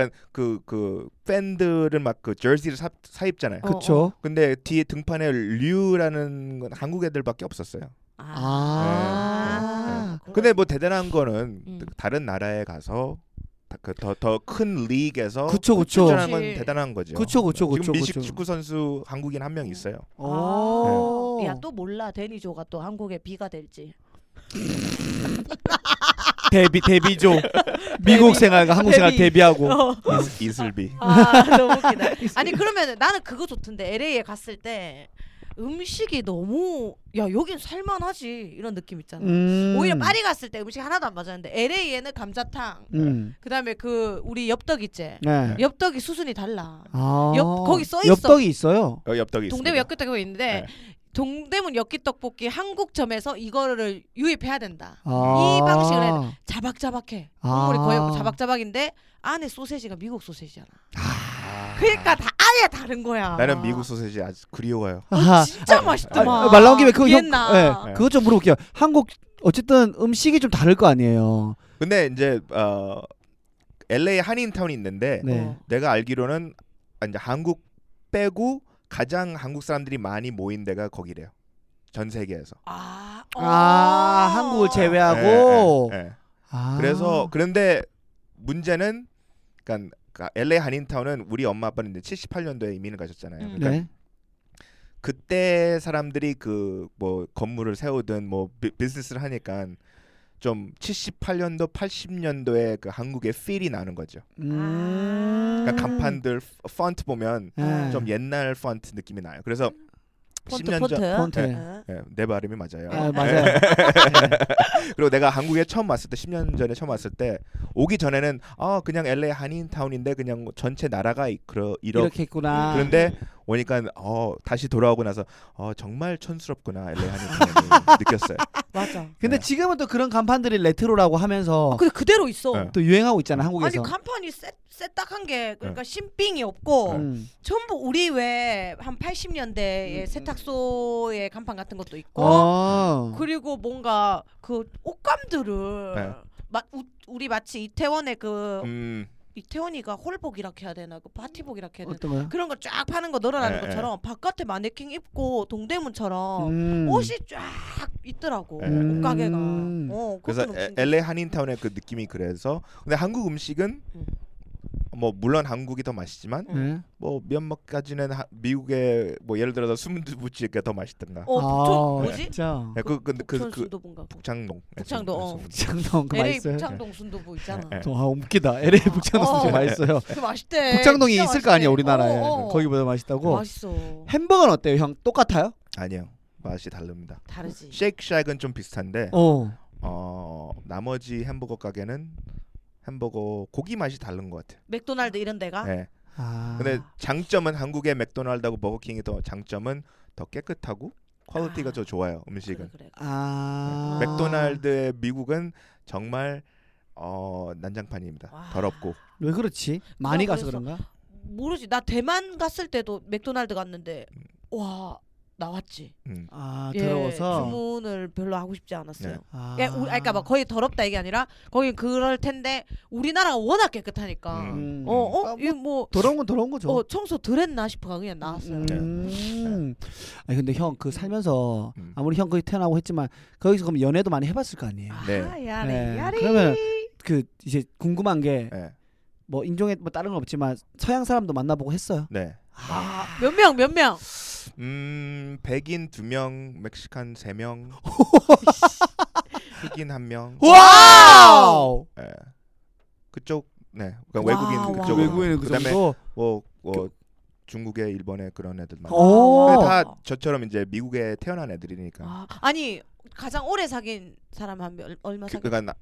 B: 그러니까 그 그 팬들은 막 그 저지를 사, 사 입잖아요.
C: 어.
A: 그쵸.
B: 근데 뒤에 등판에 류라는 건 한국 애들밖에 없었어요.
C: 아.
A: 아.
C: 그래.
B: 네. 근데 뭐 대단한 거는
C: 음.
B: 다른 나라에 가서 그 더 더 큰 리그에서
A: 네. 그쵸 그쵸.
C: 그쵸.
B: 출전하면
C: 그치.
B: 대단한 거죠.
A: 그쵸, 그쵸, 그쵸,
B: 지금 미식
A: 그쵸.
B: 축구 선수 한국인 한 명 있어요. 네.
A: 오.
C: 아. 야또 몰라 데니조가 또 한국에 비가 될지.
A: 데뷔 데뷔죠. 미국 생활과 한국 생활
C: 데뷔.
B: 뭐.
C: 어.
A: 데뷔하고.
B: 이슬- 이슬비.
C: 아 너무 웃기다. 아니 그러면 나는 그거 좋던데 LA에 갔을 때 음식이 너무 야 여긴 살만하지 이런 느낌 있잖아.
A: 음.
C: 오히려 파리 갔을 때 음식 하나도 안 맞았는데 LA에는 감자탕
A: 음.
C: 그다음에 그 우리 엽떡이지.
A: 네.
C: 엽떡이 수순이 달라.
A: 아.
C: 옆- 거기 써 있어.
A: 엽떡이 있어요.
B: 여기 엽떡이
C: 동대문
B: 있습니다.
C: 엽기떡볶이 있는데
B: 네.
C: 동대문 엽기떡볶이 한국점에서 이거를 유입해야 된다.
A: 아.
C: 이 방식을 해야 자박자박해. 국물이
A: 아.
C: 거의 없고 자박자박인데 안에 소세지가 미국 소세지잖아.
B: 아.
C: 그러니까 다 아예 다른 거야.
B: 나는 미국 소세지 아주 그리워요.
A: 아하.
C: 어, 진짜 맛있더만.
A: 아, 말 나온 김에 그거 형,
C: 비엔나.
A: 예, 그거 좀 물어볼게요. 한국 어쨌든 음식이 좀 다를 거 아니에요.
B: 근데 이제 어 LA 한인타운이 있는데
A: 네.
C: 어.
B: 내가 알기로는 아, 이제 한국 빼고 가장 한국 사람들이 많이 모인 데가 거기래요. 전 세계에서.
C: 아,
A: 아,
C: 어.
A: 한국을 제외하고.
B: 예, 예, 예.
A: 아.
B: 그래서 그런데 문제는 그러니까 그 LA 한인타운은 우리 엄마 아빠는 이제 78년도에 이민을 가셨잖아요.
C: 음.
B: 그러니까
A: 네.
B: 그때 사람들이 그 뭐 건물을 세우든 뭐 비, 비즈니스를 하니까 좀 78년도 80년도에 그 한국의 필이 나는 거죠.
A: 음.
B: 그러니까 간판들 펀- 펀트 보면
C: 네.
A: 예.
B: 좀 옛날 펀트 느낌이 나요. 그래서
C: 폰트
B: 10년
C: 폰트.
B: 전-
A: 폰트.
C: 어.
B: 예, 내 발음이 맞아요.
A: 아,
B: 예.
A: 맞아요.
B: 그리고 내가 한국에 처음 왔을 때 10년 전에 처음 왔을 때 오기 전에는 아 그냥 LA 한인 타운인데 그냥 뭐 전체 나라가 이- 그러 이렇게
A: 이렇게
C: 아,
A: 했구나.
B: 그런데
C: 네.
B: 오니까 어 다시 돌아오고 나서 어 정말 촌스럽구나 LA 한인 타운이 느꼈어요.
C: 맞아.
A: 근데
B: 네.
A: 지금은 또 그런 간판들이 레트로라고 하면서
C: 근데 그대로 있어.
B: 네.
A: 또 유행하고 있잖아
C: 아니 그
A: 한국에서. 네.
C: 간판이 쎄, 쎄딱한 게 그러니까 신빙이 없고
A: 음.
C: 전부 우리 왜 한 80년대의 세탁소의 간판 같은 것도 있고
A: 어.
C: 그리고 뭔가 그 옷감들을
B: 네.
C: 마, 우, 우리 마치 이태원의 그
B: 음,
C: 이태원이가 홀복이라 해야 되나 그 파티복이라 해야 되나
A: 어떤 거요?
C: 그런 걸 쫙 파는 거 널어놔는
A: 예,
B: 네,
C: 것처럼 바깥에 마네킹 입고 동대문처럼
A: 음. 예.
C: 어, 옷이 쫙 있더라고
B: 네.
C: 옷가게가
A: 음.
C: 어,
B: 그래서
C: 그것도 너무
B: 에-
C: 신기해.
B: LA 한인 타운의 그 느낌이 그래서 근데 한국 음식은
C: 음.
B: 뭐 물론 한국이 더 맛있지만
A: 네.
B: 뭐 몇몇 가지는 하- 미국의 뭐 예를 들어서 순두부찌개가 더 맛있던가.
C: 어 북촌
A: 아,
C: 뭐지?
A: 진짜.
B: 예, 그, 그, 그, 그,
C: 북촌 순두부인가
B: 북창동. 예,
C: 북창동,
B: 순-
C: 어.
B: 순두부.
A: 북창동 그
C: LA
A: 맛있어요.
C: 북창동 순두부 있잖아
B: 예, 예.
A: 아 웃기다. LA 북창동
C: 어.
A: 진짜 맛있어요.
C: 그 맛있대
A: 북창동이
C: 진짜
A: 있을 거 아니야
C: 맛있대.
A: 우리나라에.
C: 어, 어.
A: 거기보다 맛있다고.
C: 맛있어
A: 햄버거는 어때요, 형? 똑같아요?
B: 아니요. 맛이 다릅니다.
C: 다르지
B: 쉐이크쉑은 좀 비슷한데
A: 어.
B: 어, 나머지 햄버거 가게는 햄버거 고기 맛이 다른 것 같아요.
C: 맥도날드 이런 데가
B: 예.
A: 아.
B: 근데 장점은 한국의 맥도날드하고 버거킹이 더 장점은 더 깨끗하고 퀄리티가
C: 아.
B: 더 좋아요
C: 그래
B: 음식은. 예.
C: 그래
A: 아.
B: 맥도날드의 미국은 정말 어, 난장판입니다.
C: 와.
B: 더럽고.
A: 왜 그렇지? 많이
C: 그냥
A: 가서
C: 그래서-
A: 그런가?
C: 모르지 나 대만 갔을 때도 맥도날드 갔는데 와 나왔지
B: 음.
A: 아
C: 예,
A: 더러워서.
C: 주문을 별로 하고 싶지 않았어요
B: 네.
A: 아.
C: 예, 우리, 아니, 그러니까 막 거의 더럽다 이게 아니라 거긴 그럴 텐데 우리나라가 워낙 깨끗하니까
B: 음.
A: 음. 그렇죠.
C: 어, 어,
A: 아, 뭐
C: 이거 뭐
A: 더러운 건 더러운 거죠.
C: 어, 청소 덜 했나 싶어가 그냥 나왔어요.
B: 네.
A: 음. 아니 근데 형 그 살면서
B: 음.
A: 아무리 형 거기 태어나고 했지만 거기서 그럼 연애도 많이 해봤을 거 아니에요.
B: 네.
C: 아, 야리,
A: 네,
C: 야리.
A: 그러면 그 이제 궁금한 게 뭐
B: 예.
A: 인종에 뭐 다른 건 없지만 서양 사람도 만나보고 했어요.
B: 네.
A: 아,
C: 몇 명, 몇 명?
B: 음, 백인 두 명, 멕시칸 세 명, 흑인 한 명.
A: 와우.
B: 예. 그쪽 네. 그러니까
C: 와,
B: 외국인
C: 와.
B: 그쪽.
A: 외국인은 그
B: 그다음에
A: 정도.
B: 뭐, 뭐 중국에 일본에 그런 애들 많아.
A: 오.
B: 근데
C: 어.
B: 다 저처럼 이제 미국에 태어난 애들이니까.
C: 아, 아니 가장 오래 사귄 사람 한 몇, 얼마
B: 그,
C: 사귄?
B: 그러니까 나,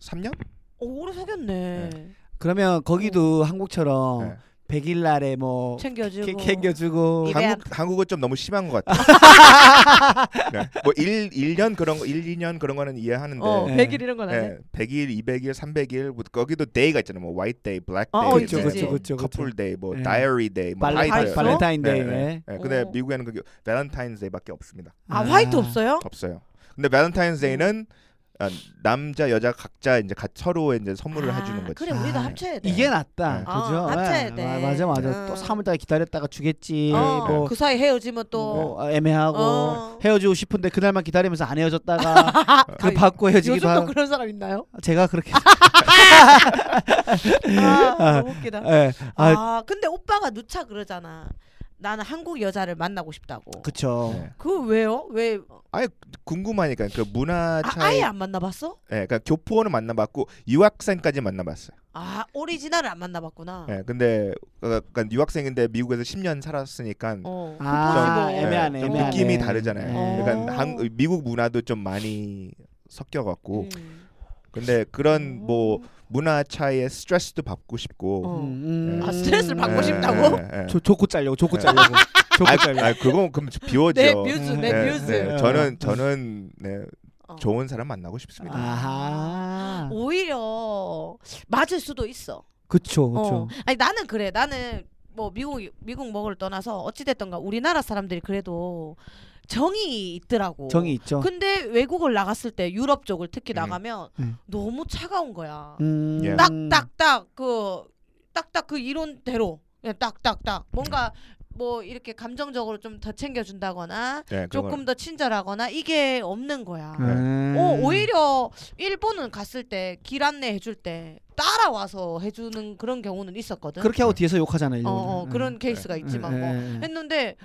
B: 3년?
C: 오, 오래 사귀었네.
A: 그러면 거기도 한국처럼
B: 네.
A: 100일 날에 뭐
C: 어. 챙겨주고.
B: 어,
A: 캐- 챙겨주고
C: 입에 안-
B: 한국 한국은 좀 너무 심한 것 같아. 네. 뭐 1, 1년 그런 거 1, 2년 그런 거는 이해하는데
C: 어,
A: 네.
C: 100일 이런 건 아니야.
B: 예, 100일, 200일, 300일 뭐 거기도 데이가 있잖아요. 뭐 화이트 데이, 블랙
C: 아,
B: 데이,
C: 어,
B: 뭐
C: 있지, 있지.
A: 그쵸, 그쵸,
B: 커플 데이, 뭐
A: 예.
B: 다이어리 데이, 뭐
A: 발렌-
C: 다
B: 화이트
A: 발-
C: 있어?
A: 발렌타인데이.
B: 네, 네. 예, 근데
C: 오.
B: 미국에는 그 발렌타인스 데이밖에 없습니다.
C: 아, 화이트 없어요?
B: 없어요. 근데 발렌타인스 데이는 아, 남자 여자 각자 이제 각 서로 이제 선물을
C: 아,
B: 해주는 거지.
C: 그래 우리도 합쳐야 돼.
A: 이게 낫다.
B: 네.
A: 그죠?
C: 어, 합쳐야 돼.
A: 아, 맞아 맞아.
C: 음.
A: 또 3월 달에 기다렸다가 주겠지.
C: 어,
A: 뭐
C: 그 사이 헤어지면 또
A: 뭐 애매하고
C: 어.
A: 헤어지고 싶은데 그날만 기다리면서 안 헤어졌다가 그
C: 아유,
A: 받고 헤어지기도
C: 요즘도
A: 하고
C: 그런 사람 있나요?
A: 제가 그렇게
C: 아,
A: 아,
C: 너무 웃기다.
A: 예. 아,
C: 아 근데 오빠가 누차 그러잖아. 나는 한국 여자를 만나고 싶다고. 그,
A: 그쵸
B: 네.
C: 왜요? 왜
B: 궁금하니까 그 문화
C: 아,
B: 차이.
C: 아예 안 만나봤어?
B: 예, 그러니까 교포는 만나봤고 유학생까지 만나봤어요.
C: 아 오리지널을 안
A: 어.
C: 만나봤구나.
B: 예, 근데 그러니까 유학생인데 미국에서 10년 살았으니까
C: 어.
A: 아
C: 좀,
B: 예,
A: 애매하네
B: 좀
A: 애매하네.
C: 음.
B: 느낌이 다르잖아요.
A: 네.
C: 어.
B: 그러니까 한, 미국 문화도 좀 많이 섞여갖고
C: 음.
B: 근데 그런 뭐 문화 차이에 스트레스도 받고 싶고
C: 어.
A: 음, 음.
C: 아, 스트레스를 받고
B: 예,
C: 싶다고?
B: 예, 예.
A: 조, 조코 잘려고 조코
B: 네.
A: 잘려고 네. 조코 잘려고
B: 아, 아 그건 그럼 비워져.
C: 내 뮤즈, 내
B: 예,
C: 뮤즈.
A: 어.
B: 예. 저는 저는 네,
C: 네, 어.
B: 좋은 사람 만나고 싶습니다.
A: 아. 아하
C: 오히려 맞을 수도 있어.
A: 그쵸 그쵸
C: 어. 아니 나는 그래. 나는 뭐 미국 미국 먹을 떠나서 어찌 됐던가 우리나라 사람들이 그래도 정이 있더라고.
A: 정이 있죠
C: 근데 외국을 나갔을 때 유럽 쪽을 특히
B: 음.
C: 나가면
A: 음.
C: 너무 차가운 거야.
A: 음.
B: 예.
C: 딱딱딱 그 딱딱 그 이론대로 그냥 딱딱딱 뭔가 뭐 이렇게 감정적으로 좀 더 챙겨준다거나
B: 예, 그건-
C: 조금 더 친절하거나 이게 없는 거야.
B: 네.
A: 음.
C: 어, 오히려 일본은 갔을 때 길 안내 해줄 때 따라와서 해주는 그런 경우는 있었거든.
A: 그렇게 하고 뒤에서 욕하잖아요
C: 어,
A: 일본은.
C: 어, 그런
A: 음.
C: 케이스가 있지만 뭐
A: 예, 예.
C: 했는데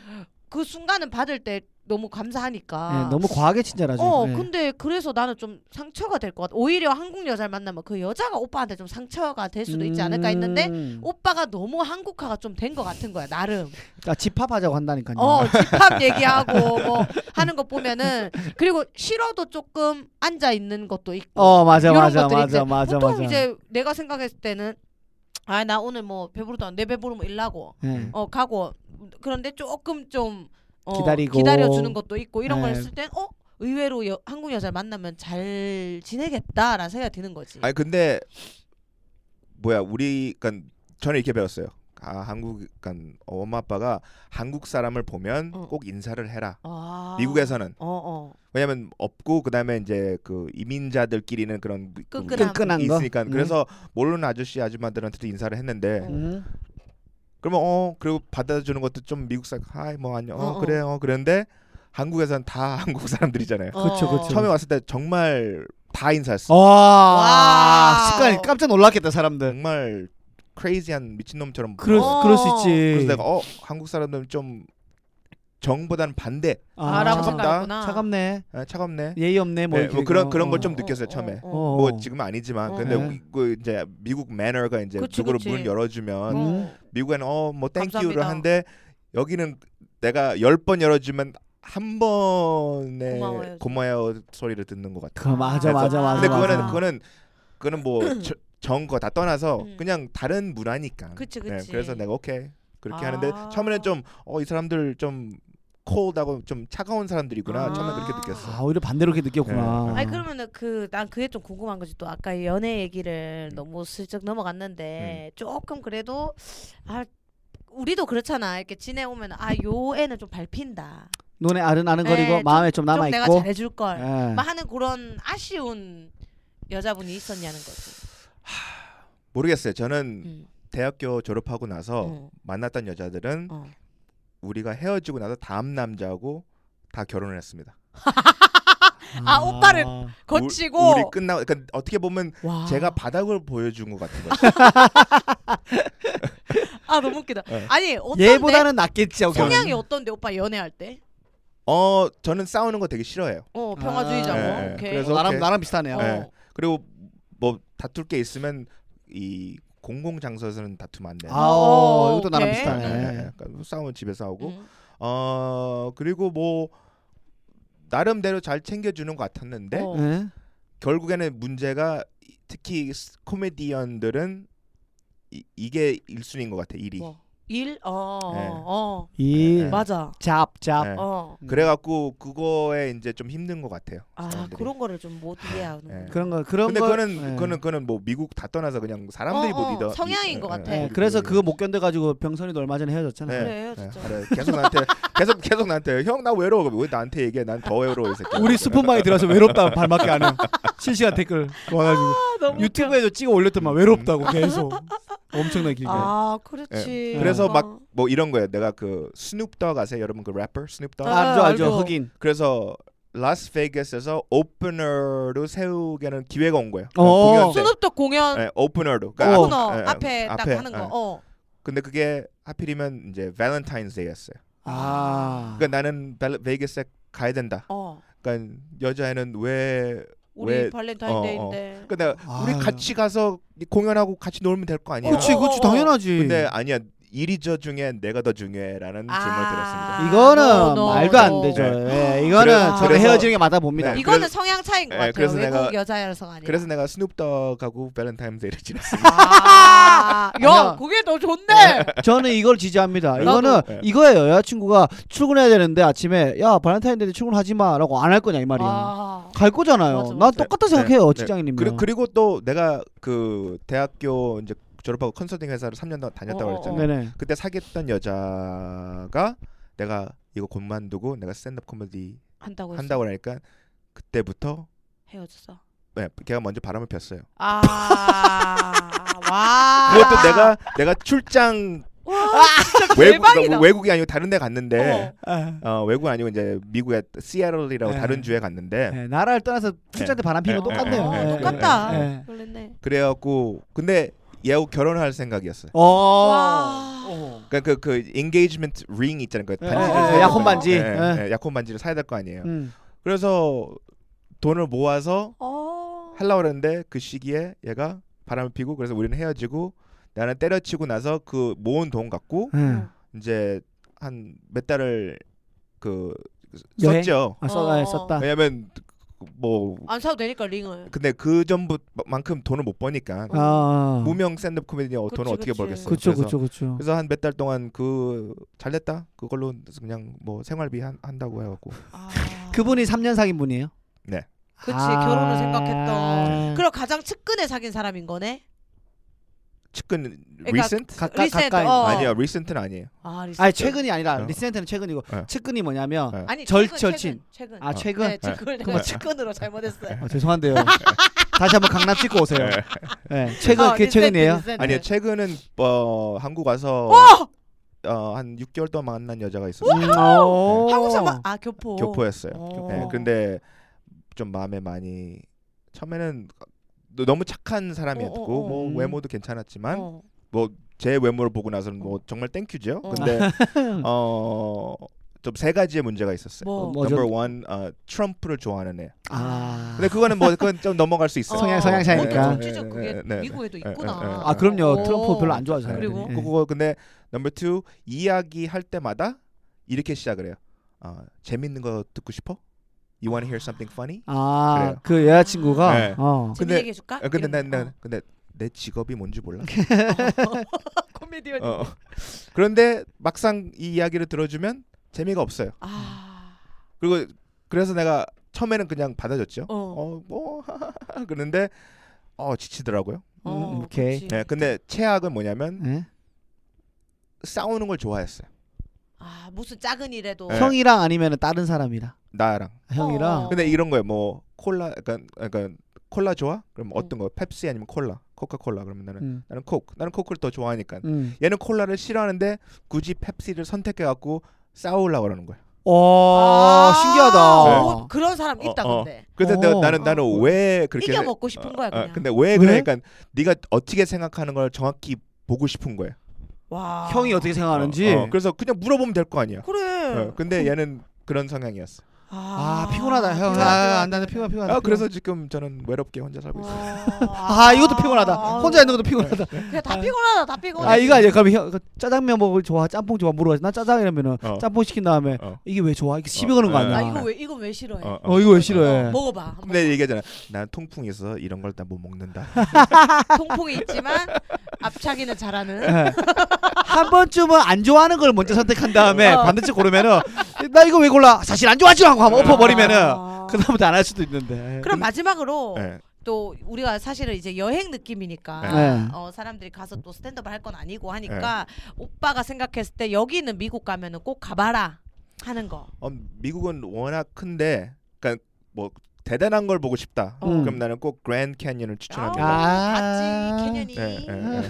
C: 그 순간은 받을 때 너무 감사하니까.
A: 예, 너무 과하게 친절하죠.
C: 아. 어,
A: 예.
C: 근데 그래서 나는 좀 상처가 될 것 같아. 오히려 한국 여자를 만나면 그 여자가 오빠한테 좀 상처가 될 수도 있지 않을까 했는데
A: 음.
C: 오빠가 너무 한국화가 좀 된 것 같은 거야 나름.
A: 아, 집합하자고 한다니까요.
C: 어 집합 얘기하고 뭐 하는 것 보면은 그리고 싫어도 조금 앉아 있는 것도 있고.
A: 어, 맞아
C: 이런
A: 맞아
C: 것들이 이제
A: 맞아 맞아
C: 보통
A: 맞아.
C: 이제 내가 생각했을 때는 아 나 오늘 뭐 배부르다 내 배부르면 일하고
A: 예.
C: 어 가고 그런데 조금 좀 어,
A: 기다리고.
C: 기다려 주는 것도 있고 이런 걸
A: 네.
C: 했을 땐어 의외로 여- 한국 여자를 만나면 잘 지내겠다라는 생각이 드는 거지.
B: 아니 근데 뭐야 우리 그러니까 저는 이렇게 배웠어요. 아 한국 그러니까 엄마 아빠가 한국 사람을 보면
C: 어.
B: 꼭 인사를 해라.
C: 아.
B: 미국에서는
C: 어 어.
B: 왜냐면 없고 그다음에 이제 그 이민자들끼리는 그런 그- 그
C: 끈끈한
A: 끈끈한 거.
B: 있으니까
A: 음.
B: 그래서 모르는 아저씨 아줌마들한테도 인사를 했는데
C: 어.
A: 음.
B: 그러면 어 그리고 받아주는 것도 좀 미국 사람 하이 뭐 안녕 어,
C: 어, 어.
B: 그래 어 그런데 한국에선 다 한국 사람들이잖아요.
A: 그쵸,
C: 어.
A: 그쵸.
B: 처음에 왔을 때 정말 다 인사했어.
A: 와,
C: 와우.
A: 습관 깜짝 놀랐겠다 사람들.
B: 정말 크레이지한 미친놈처럼
A: 네. 그럴
C: 어.
A: 그럴 수 있지.
B: 그래서 내가 어 한국 사람들은 좀 정보다는 반대
A: 아,
C: 아라고
B: 차갑다.
C: 생각했구나.
A: 차갑네.
B: 아, 차갑네
A: 예의 없네. 뭐,
B: 네,
A: 이렇게
B: 뭐 그런-
A: 이거.
B: 그런 걸
A: 어.
B: 좀 느꼈어요, 처음에.
C: 어, 어, 어.
A: 어.
B: 뭐 지금은 아니지만
C: 어.
B: 근데
A: 네.
B: 그 이제 미국 매너가 이제
C: 그치,
B: 누구를
C: 그치.
B: 문 열어주면
A: 음.
C: 어.
B: 미국에는 어뭐 땡큐를
C: 감사합니다.
B: 한데 여기는 내가 열 번 열어주면 한 번에
C: 고마워요.
B: 고마워 소리를 듣는 것 같아.
A: 그 맞아
B: 그래서-
A: 맞아 맞아.
B: 근데 그거는
A: 맞아.
B: 그거는 그거는 뭐 저- 정거 다 떠나서
C: 음.
B: 그냥 다른 문화니까.
C: 그치,
B: 네,
C: 그치.
B: 그래서 내가 오케이 그렇게
C: 아.
B: 하는데 처음에는 좀 어 이 사람들 좀 콜드하고 좀 차가운 사람들이구나
C: 아.
B: 처음에 그렇게 느꼈어.
A: 아, 오히려 반대로 이렇게 느꼈구나.
B: 네.
C: 아니 그러면은 그 난 그게 좀 궁금한 거지 또 아까 연애 얘기를
B: 음.
C: 너무 슬쩍 넘어갔는데 조금 그래도 아 우리도 그렇잖아 이렇게 지내오면 아 요 애는 좀 밟힌다
A: 눈에 아른아른거리고
C: 네, 좀-
A: 마음에 좀 남아
C: 좀 내가
A: 있고.
C: 잘해줄 걸 막
A: 예.
C: 하는 그런 아쉬운 여자분이 있었냐는 거지
B: 모르겠어요. 저는
C: 음,
B: 대학교 졸업하고 나서
C: 어,
B: 만났던 여자들은
C: 어.
B: 우리가 헤어지고 나서 다음 남자하고 다 결혼을 했습니다.
C: 아, 오빠를
B: 우-
C: 거치고 아.
B: 우리 끝나고 그러니까 어떻게 보면
C: 와.
B: 제가 바닥을 보여준 것 같은 거죠.
C: 아 너무 웃기다
B: 네.
C: 아니 어떤데
A: 얘보다는 낫겠지. 오빠는.
C: 성향이
B: 음.
C: 어떤데 오빠 연애할 때?
B: 어, 저는 싸우는 거 되게 싫어해요.
C: 어
A: 아.
C: 평화주의자고
B: 예, 예.
C: 오케이
B: 그래서
A: 나랑
B: 오케이.
A: 나랑 비슷하네요.
C: 어.
B: 예. 그리고 뭐 다툴 게 있으면 이 공공 장소에서는 다투면 안 돼요.
A: 아, 어,
C: 어,
A: 이것도 나랑
C: 오케이.
B: 예, 예,
A: 비슷하네.
B: 예. 그러니까 싸우면 집에서 하고
C: 음.
B: 어 그리고 뭐 나름대로 잘 챙겨주는 것 같았는데
C: 어.
A: 예?
B: 결국에는 문제가 이- 특히 스- 코미디언들은 이, 이게 일순인 것 같아 일이.
C: 뭐, 일? 어,
B: 네.
C: 어,
A: 일,
B: 네.
C: 맞아.
A: 잡, 잡.
B: 예.
C: 어,
B: 그래갖고 그거에 이제 좀 힘든 것 같아요.
C: 아
B: 사람들이.
C: 그런 거를 좀 못 이해하는.
B: 네.
A: 그런 거 그런
B: 근데
A: 거.
B: 그거는
A: 예.
B: 그거는 그거는 뭐 미국 다 떠나서 그냥 사람들이
C: 어,
B: 못
C: 어,
B: 믿어.
C: 성향인
B: 이-
C: 것
B: 예,
C: 같아.
B: 예,
A: 예,
B: 우리-
A: 그래서
B: 우리-
A: 그거 못 견뎌가지고 병선이도 얼마 전에 헤어졌잖아요.
B: 네.
C: 그래요,
B: 예,
C: 진짜.
B: 그래. 계속 나한테 계속 계속 나한테 형 나 외로워 왜 나한테 얘기해 난 더 외로워 이 새끼.
A: 우리 스폰방에 들어서 외롭다 발맞게 안 해. 실시간 댓글 와가지고
C: 아, 너무
B: 그러니까.
A: 유튜브에도 찍어 올렸더만 외롭다고 계속 엄청나게 길게.
C: 아, 그렇지.
B: 예. 그래서
C: 어.
B: 막 뭐 이런 거예요. 내가 그 스눕덕 아세요? 여러분 그 래퍼 스눕덕.
C: 아.
A: 알죠 알죠
C: 알죠.
A: 흑인.
B: 그래서 라스베이거스에서 오프너로 세우기는 기회가 온 거예요. 그러니까
A: 어.
B: 공연 때.
C: 수줍독 공연
B: 예, 오프너로.
A: 어.
C: 코너
B: 예, 예,
C: 앞에 딱 하는 거.
B: 예.
C: 어.
B: 근데 그게 하필이면 이제 발렌타인스데이였어요.
A: 아.
B: 그러니까 나는 벨- 베이거스에 가야 된다.
C: 어.
B: 그러니까 여자애는 왜
C: 우리
B: 왜- 어,
C: 발렌타인데이인데.
B: 그러니까 우리
A: 아유.
B: 같이 가서 공연하고 같이 놀면 될 거 아니야.
A: 그렇지 그렇지 당연하지.
B: 어, 근데 아니야. 일이 저 중요해. 내가 더 중요해라는
C: 아.
B: 질문을 들었습니다.
A: 이거는
C: 너, 너,
A: 말도
C: 너.
A: 안 되죠. 예, 이거는
B: 네. 그래서-
A: 저를
B: 그래서-
A: 헤어지는 게 맞아 봅니다.
B: 네.
C: 이거는
B: 그래서-
C: 성향 차인 것
B: 예,
C: 같아요.
B: 그래서
C: 외국
B: 내가-
C: 여자여서가 아니라.
B: 그래서 내가 스눕덕하고 발렌타인데이를 지냈어요.
C: 아, 어, 야,
A: 아니야.
C: 그게 더 좋네.
A: 저는 이걸 지지합니다.
B: 나도.
A: 이거는
B: 네.
A: 이거예요. 여자친구가 출근해야 되는데 아침에 야 발렌타인데이 출근하지 마라고 안 할 거냐 이 말이야.
C: 아,
A: 갈 거잖아요.
C: 맞아,
A: 나
C: 맞아.
A: 똑같다
B: 네,
A: 생각해요
B: 네.
A: 직장인이면.
B: 그리, 그리고 또 내가 그 대학교 이제 졸업하고 컨설팅 회사를 3년 동안 다녔다고
C: 어, 어,
B: 그랬잖아요.
C: 어.
A: 네네.
B: 그때 사귀었던 여자가 내가 이거 곧만두고 내가 스탠드업 코미디
C: 한다고 했어.
B: 한다고 하니까 그때부터
C: 헤어졌어.
B: 네, 걔가 먼저 바람을 폈어요.
C: 아, 와.
B: 그것도 내가 내가 출장
C: 와, 진짜
B: 외국
C: 대박이다.
B: 외국이 아니고 다른 데 갔는데
C: 어.
A: 아,
B: 어. 외국 아니고 이제 미국의 시애틀이라고
A: 네.
B: 다른 주에 갔는데
A: 네, 나라를 떠나서 출장 때 바람 피는 거
B: 네,
A: 똑같네요.
B: 네,
A: 예,
C: 어,
B: 네,
C: 똑같다.
A: 예, 예.
C: 그랬네.
B: 그래갖고 근데 얘하고 결혼할 생각이었어요.
A: 어.
C: 아. 와.
A: 어.
B: 그러니까 그그 engagement ring 있잖아요. 그
A: 예,
B: 반지를
C: 예, 예,
B: 사야 되거든요.
C: 약혼
A: 반지.
B: 예,
A: 예.
B: 예, 약혼 반지를 사야 될 거 아니에요.
A: 음.
B: 그래서 돈을 모아서
C: 어.
B: 하려고 그랬는데 그 시기에 얘가 바람을 피고 그래서 우리는 헤어지고 나는 때려치고 나서 그 모은 돈 갖고
C: 어.
A: 음.
B: 이제 한 몇 달을 그
A: 여행?
B: 썼죠.
A: 아, 썼다.
C: 어.
A: 썼다.
B: 왜냐면 뭐
C: 안 사도 되니까 링을.
B: 근데 그 전부만큼 돈을 못 버니까
A: 아, 아.
B: 무명 샌드업 코미디언
C: 그치,
B: 돈을 어떻게
C: 그치.
B: 벌겠어요?
A: 그쵸,
B: 그래서
A: 그쵸, 그쵸.
B: 그래서 한 몇 달 동안 그 잘됐다 그걸로 그냥 뭐 생활비 한, 한다고 해갖고
C: 아.
A: 그분이 아. 3년 사귄 분이에요. 아.
B: 네.
C: 그치 결혼을 생각했던. 그럼 가장 측근에 사귄 사람인 거네.
B: 측근
C: 그러니까
B: recent
A: 가- 가-
C: 리셋,
A: 가까이.
C: 어.
B: 아니요 recent는 아니에요.
C: 아, 리셋.
A: 아니 최근이 아니라
B: 어.
A: 리센트는 최근이고
B: 어.
A: 측근이 뭐냐면
B: 어.
C: 아니
A: 절-
C: 최근,
A: 절친.
C: 최근. 최근.
A: 아 최근
C: 네, 아, 측근을
A: 그만.
C: 내가 측근으로 잘못했어요.
A: 어, 죄송한데요. 다시 한번 강남 찍고 오세요. 네, 최근
C: 어,
A: 그게
C: 리셋,
A: 최근이에요.
C: 리셋.
B: 아니요 최근은 어, 한국 와서 어, 한 6개월 동안 만난 여자가 있었어요.
A: 음, 어.
C: 한국 사람 아 교포.
B: 교포였어요.
C: 어.
B: 예, 근데 좀 마음에 많이 처음에는 그 너무 착한 사람이었고
C: 어, 어, 어.
B: 뭐
A: 음.
B: 외모도 괜찮았지만
C: 어.
B: 뭐 제 외모를 보고 나서는 뭐 정말 땡큐죠.
C: 어.
B: 근데 어, 어좀 세 가지의 문제가 있었어요.
C: 뭐.
A: 뭐.
B: 넘버 원 어, 트럼프를 좋아하는 애.
A: 아.
B: 근데 그거는 뭐 그건 좀 넘어갈 수 있어요.
A: 성향, 성향 차이니까.
C: 어, 정치적 그게
B: 네, 네, 네.
C: 미국에도
B: 네,
C: 있구나. 어.
B: 네, 네, 네.
A: 아 그럼요.
C: 오.
A: 트럼프 별로 안 좋아하잖아요.
C: 그리고?
A: 예.
B: 그거 근데 넘버 투 이야기 할 때마다 이렇게 시작을 해요. 어, 재밌는 거 듣고 싶어? You wanna hear something funny?
A: 아,
B: 그래요.
A: 그 여자친구가
B: 네.
A: 어.
C: 재미
B: 근데-
C: 얘기해 줄까?
B: 아, 근데
C: 이런
B: 난,
C: 거.
B: 난 근데 내 직업이 뭔지 몰라.
C: 어. 코미디언.
B: 어, 어. 그런데 막상 이 이야기를 들어주면 재미가 없어요.
C: 아.
B: 그리고 그래서 내가 처음에는 그냥 받아줬죠.
C: 어.
A: 음,
B: 어뭐 그런데 어 지치더라고요.
A: 음, 오케이.
C: 그치.
B: 네, 근데 최악은 뭐냐면
A: 예?
B: 싸우는 걸 좋아했어요.
C: 아 무슨 작은 일에도
B: 네.
A: 형이랑 아니면 다른 사람이랑
B: 나랑.
A: 형이랑
C: 어.
B: 근데 이런 거예요. 뭐 콜라, 약간 약간 콜라 좋아? 그럼 어떤 거? 펩시 아니면 콜라? 코카콜라 그러면 나는
A: 음.
B: 나는 콕. 나는 코크를 더 좋아하니까.
C: 네.
A: 음.
B: 얘는 콜라를 싫어하는데 굳이 펩시를 선택해 갖고 싸우려고 그러는 거야.
A: 와
C: 아,
A: 어, 신기하다.
C: 뭐 그런 사람 있다
B: 네. 어, 어.
C: 근데
B: 그래서
A: 어.
B: 내가, 나는 나는
C: 어.
B: 왜 그렇게 어,
C: 이겨 먹고 싶은 거야 그냥.
B: 근데 왜 그래?
A: 왜?
B: 그러니까 네가 어떻게 생각하는 걸 정확히 보고 싶은 거예요.
C: 와.
A: 형이 어떻게 생각하는지.
B: 어, 어. 그래서 그냥 물어보면 될 거 아니야.
C: 그래.
B: 어, 근데 얘는 그런 성향이었어.
A: 아, 피곤하다 형.
C: 피곤하다,
A: 아, 안
C: 피곤하다.
A: 나는 피곤 피곤.
B: 아, 그래서 지금 저는 외롭게 혼자 살고 있어요.
A: 아 이것도 피곤하다. 혼자 있는 것도 피곤하다.
C: 그냥 다 피곤하다, 다 피곤해.
A: 아 이거 아니야. 그럼 형 그 짜장면 먹을 좋아, 짬뽕 좋아 물어봐지. 나 짜장 이러면은
B: 어.
A: 짬뽕 시킨 다음에
B: 어.
A: 이게 왜 좋아? 이게 시비
B: 어,
A: 거는 거
B: 어,
A: 아니야?
C: 아 이거 왜 이건 왜 싫어해?
B: 어, 어.
A: 어 이거 왜 싫어해?
C: 먹어봐. 뭐? 한번.
B: 근데 얘기하잖아. 난 통풍이 있어. 이런 걸 다 못 먹는다.
C: 통풍이 있지만 앞차기는
B: 네.
C: 잘하는.
A: 예. 한 번쯤은 안 좋아하는 걸 먼저 선택한 다음에
C: 어.
A: 반드시 고르면은 나 이거 왜 골라? 사실 안 좋아하지 하고 한번 엎어버리면은
C: 아.
A: 그 다음부터 안 할 수도 있는데.
C: 그럼 마지막으로
B: 예.
C: 또 우리가 사실은 이제 여행 느낌이니까
A: 네.
C: 어, 사람들이 가서 또 스탠드업 할 건 아니고 하니까
B: 네.
C: 오빠가 생각했을 때 여기는 미국 가면은 꼭 가봐라 하는 거.
B: 어, 미국은 워낙 큰데, 그러니까 뭐 대단한 걸 보고 싶다.
A: 음.
B: 그럼 나는 꼭 그랜드 캐니언을 추천합니다.
A: 아.
C: 아, 봤지 캐년이.
B: 예, 예, 예.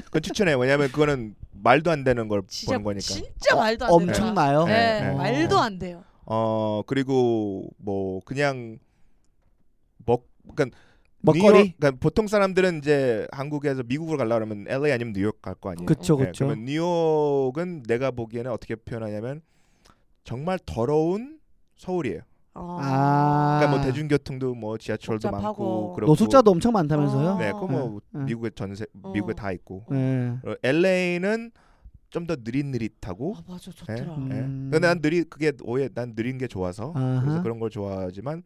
B: 그건 추천해. 왜냐면 그거는 말도 안 되는 걸
C: 진짜
B: 보는 거니까. 어,
C: 진짜 말도 안 된다.
A: 엄청나요.
C: 예,
B: 네, 네.
C: 말도 안 돼요.
B: 어 그리고 뭐 그냥 먹 그러니까
A: 먹거리.
B: 뉴욕, 그러니까 보통 사람들은 이제 한국에서 미국으로 가려 그러면 LA 아니면 뉴욕 갈 거 아니에요.
A: 그쵸
B: 예,
A: 그쵸.
B: 그러면 뉴욕은 내가 보기에는 어떻게 표현하냐면 정말 더러운 서울이에요.
C: 어.
A: 아.
B: 그러니까 뭐 대중교통도 뭐 지하철도
C: 복잡하고.
B: 많고 그렇고
A: 노숙자도 엄청 많다면서요?
C: 어.
B: 네, 그뭐
A: 네, 네.
B: 미국의 뭐 전세 미국에
C: 어.
B: 다 있고.
A: 네.
B: LA는 좀 더 느릿느릿하고
C: 아 맞아
B: 예,
C: 좋더라.
B: 예.
A: 음.
B: 근데 난 느리 그게 오해 난 느린 게 좋아서
A: 아하.
B: 그래서 그런 걸 좋아하지만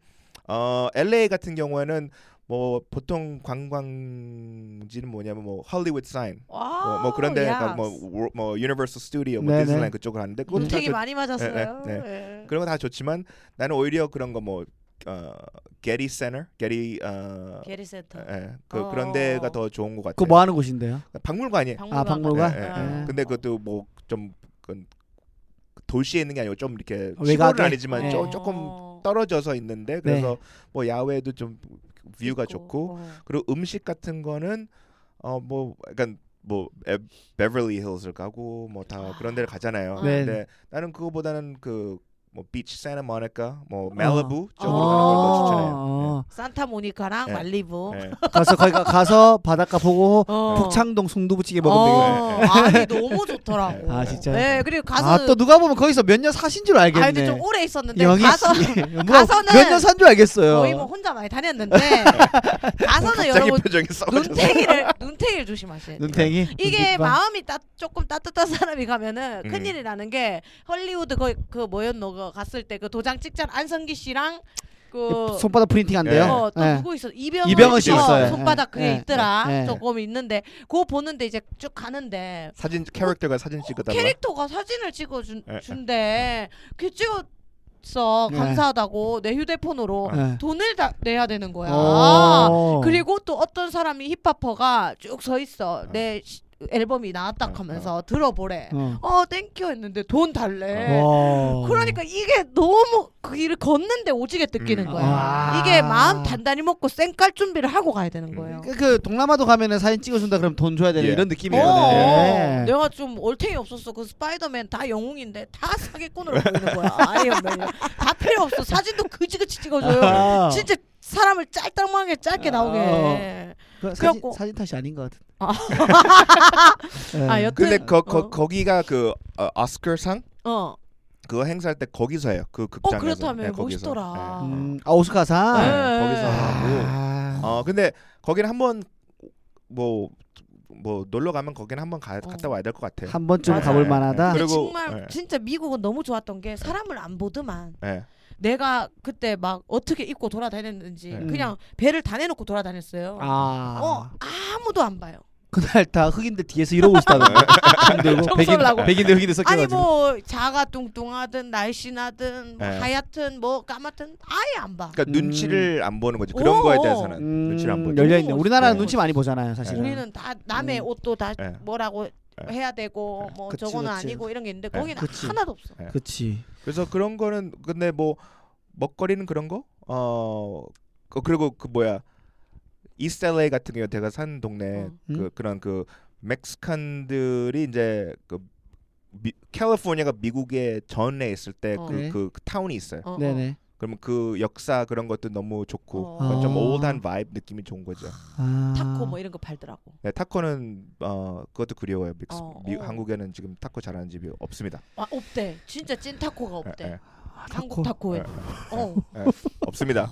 B: 어 LA 같은 경우에는 뭐 보통 관광지는 뭐냐면 뭐 할리우드 사인
C: 와,
B: 뭐, 뭐 그런 데가
C: 야.
B: 뭐뭐 유니버설 스튜디오
A: 아,
B: 뭐
A: 네네. 음.
B: 디즈니랜드 그쪽을 가는데 그것도 다
C: 되게
B: 좋,
C: 많이 맞았어요.
B: 예,
C: 예.
B: 그런 거 다 좋지만 나는 오히려 그런 거뭐 어, 게리 센터 게리 어
C: 게리 센터.
B: 예, 그
C: 어.
B: 그런 데가 더 좋은 것 같아요. 그러니까
A: 그뭐 하는 곳인데요?
B: 박물관이에요.
A: 아, 박물관?
B: 예, 예,
A: 아.
B: 예. 근데 그것도 뭐좀 그 도시에 있는 게 아니고 좀 이렇게
A: 외곽에?
B: 시골은 아니지만
C: 어.
A: 예.
B: 조, 조금 떨어져서 있는데
A: 네.
B: 그래서 뭐 야외도 좀 뷰가 좋고
C: 뭐
B: 그리고 음식 같은 거는 어 뭐 약간 뭐 에- 베버리 힐스를 가고 뭐 다
C: 아.
B: 그런 데를 가잖아요.
A: 네.
B: 근데 나는 그거보다는 그 뭐 비치 세나모니카, 뭐 멜리부 쪽으로
A: 아.
B: 가는 걸더
A: 어,
C: 산타모니카랑
B: 네.
C: 말리부.
B: 추천해요. 예. 예.
A: 가서 거기가 가서 바닷가 보고
C: 어.
A: 북창동 순두부찌개 먹으면
C: 어, 아니 너무 좋더라고.
A: 아, 진짜요?
C: 네, 그리고 가서
A: 되겠다. 아또 누가 보면 거기서 몇 년 사신 줄 알겠네.
C: 아, 근데 좀 오래 있었는데
A: 영희 뭐,
C: 가서 가서는
A: 몇년 산 줄 알겠어요.
C: 거의 뭐 혼자 많이 다녔는데 가서는
B: 갑자기
C: 여러분
B: 표정이 썩어져서.
C: 눈탱이를 눈탱이를 조심하셔야 돼요.
A: 눈탱이
C: 이게
A: 눈빛만.
C: 마음이 따, 조금 따뜻한 사람이 가면은
B: 음.
C: 큰일이 나는 게 헐리우드 그, 그 뭐였노 그 갔을 때 그 도장 찍자 안성기 씨랑 그
A: 손바닥 프린팅 한대요.
C: 어, 또
A: 예.
C: 누구 있어? 이병헌,
A: 이병헌
B: 씨
C: 어
B: 있어요.
C: 손바닥
A: 예,
C: 그게
A: 예,
C: 있더라.
A: 예, 예.
C: 조금 있는데 그거 보는데 이제 쭉 가는데
B: 사진 캐릭터가 사진 찍었다가
C: 캐릭터가 사진을 찍어준
B: 예, 예.
C: 준대. 그 찍었어
A: 예.
C: 감사하다고 내 휴대폰으로
A: 예.
C: 돈을 다 내야 되는 뭐 거야.
A: 어.
C: 그리고 또 어떤 사람이 힙합퍼가 쭉 서 있어 내 시- 앨범이 나왔다
B: 어,
C: 하면서 들어보래.
A: 어.
C: 어 땡큐 했는데 돈 달래.
A: 와.
C: 네. 그러니까 이게 너무 그 길을 걷는데 오지게 뜯기는
B: 음.
C: 거야.
A: 와.
C: 이게 마음 단단히 먹고 쌩깔 준비를 하고 가야 되는 거예요.
A: 그, 그 동남아도 가면은 사진 찍어준다 그러면 돈 줘야 되는
B: 예.
A: 이런
C: 어,
A: 느낌이에요. 네.
C: 어. 내가 좀 얼탱이 없었어. 그 스파이더맨 다 영웅인데 다 사기꾼으로 보이는 거야. 아이언맨 다 필요 없어. 사진도 그지그지 찍어줘요.
A: 아.
C: 진짜 사람을 짤딱망하게 짧게 나오게.
A: 어. 그 사진,
C: 그래갖고-
A: 사진 탓이 아닌 것 같은.
C: 아.
A: 예.
C: 아 여튼
B: 근데 거,
C: 어.
B: 거, 거기가 그 어, 오스카상
C: 어.
B: 그거 행사할 때 거기서 해요. 그
C: 어
B: 극장에서.
C: 그렇다며
B: 네, 거기서.
C: 멋있더라.
A: 음, 아 오스카상.
B: 네,
C: 네.
B: 거기서 하고.
A: 아.
B: 어 근데 거기는 한번 뭐. 뭐 놀러 가면 거기는 한번
C: 어.
B: 가, 갔다 와야 될 것 같아요.
A: 한 번쯤
C: 맞아요. 네.
A: 가볼 만하다.
C: 근데
B: 그리고-
C: 정말
B: 예.
C: 진짜 미국은 너무 좋았던 게 사람을 안 보더만
B: 예.
C: 내가 그때 막 어떻게 입고 돌아다녔는지
B: 예.
C: 그냥 배를 다 내놓고 돌아다녔어요.
A: 아.
C: 어 아무도 안 봐요.
A: 그날 다 흑인들 뒤에서 이러고 있었다던데. 힘들고
C: 정
A: 백인
C: 썰라고.
A: 백인들 흑인들 섞여
C: 아니
A: 가지고.
C: 뭐 자가 뚱뚱하든 날씬하든 뭐
B: 예.
C: 하얗든 뭐 까맣든 아예 안 봐.
A: 음.
B: 그러니까 눈치를 안 보는 거지. 그런 거에
C: 오.
B: 대해서는 눈치를 안 보죠.
A: 열려 있는. 우리나라는
B: 네.
A: 눈치 많이 보잖아요, 사실은.
C: 뭐, 우리는 다 남의
A: 음.
C: 옷도 다
B: 예.
C: 뭐라고
B: 예.
C: 해야 되고 뭐
A: 그치,
C: 저거는
A: 그치.
C: 아니고 이런 게 있는데
B: 예.
C: 거기는
A: 그치.
C: 하나도 없어.
A: 네. 그치.
B: 그래서 그런 거는 근데 뭐 먹거리는 그런 거? 어 그- 그리고 그 뭐야 이스트 LA 같은 경우 제가 산 동네
C: 어.
A: 음?
B: 그 그런 그 멕시칸들이 이제 그 미, 캘리포니아가 미국의 전에 있을 때 그
C: 어.
B: 그
A: 네.
B: 타운이 있어요.
C: 어, 어.
A: 네네.
B: 그러면 그 역사 그런 것도 너무 좋고
C: 어.
B: 그건 좀
A: 아.
B: 올드한 바이브 느낌이 좋은 거죠.
A: 아.
C: 타코 뭐 이런 거 팔더라고.
B: 네, 타코는 어 그것도 그리워요. 믹스,
C: 어,
B: 미,
C: 어.
B: 한국에는 지금 타코 잘하는 집이 없습니다.
C: 아 없대. 진짜 찐 타코가 없대.
B: 예, 예,
A: 아,
C: 한국 타코에.
B: 예,
C: 어.
B: 예, 없습니다.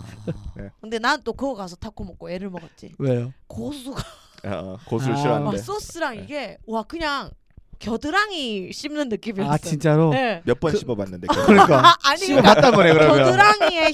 C: 근데 난 또 그거 가서 타코 먹고 애를 먹었지.
A: 왜요?
C: 고수가
B: 예, 어, 고수를
A: 아.
C: 막
B: 싫어하는데.
C: 소스랑
B: 네.
C: 이게 와 그냥 겨드랑이 씹는 느낌이었어.
A: 아 진짜로.
C: 네.
B: 몇 번
A: 그-
B: 씹어봤는데
A: 그러니까
C: 아, 아니
A: 씹어
C: 그러니까
A: 봤단 거네 그러면.
C: 겨드랑이의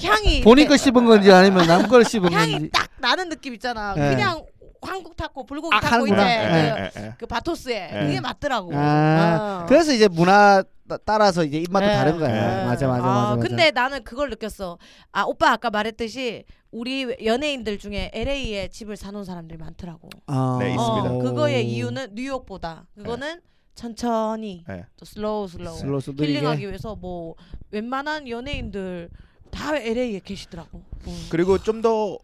C: 향이
A: 본인
C: 이렇게
A: 걸 씹은 건지 아니면 남 걸 씹은
C: 향이
A: 건지.
C: 딱 나는 느낌 있잖아.
A: 네.
C: 그냥 한국 타코 불고기
A: 아,
C: 타코
A: 한국
C: 이제
A: 타코.
C: 그-
A: 네.
B: 예, 예, 예.
C: 그 바토스에
B: 네.
C: 그게 맞더라고.
A: 아,
C: 어.
A: 그래서 이제 문화 따- 따라서 이제 입맛도
C: 예.
A: 다른 거야.
B: 예.
A: 맞아 맞아
C: 아,
A: 맞아. 맞아.
C: 근데 나는 그걸 느꼈어. 아 오빠 아까 말했듯이 우리 연예인들 중에 LA에 집을 사놓은 사람들이 많더라고.
A: 아.
B: 네, 있습니다.
C: 어,
B: 오.
C: 그거의 이유는 뉴욕보다 그거는 천천히
B: 네.
C: 또 슬로우 슬로우
A: 네. 아, 슬로우 슬로우
C: 힐링하기
A: 이게
C: 위해서 뭐 웬만한 연예인들 다 LA에 계시더라고. 어.
B: 그리고 좀 더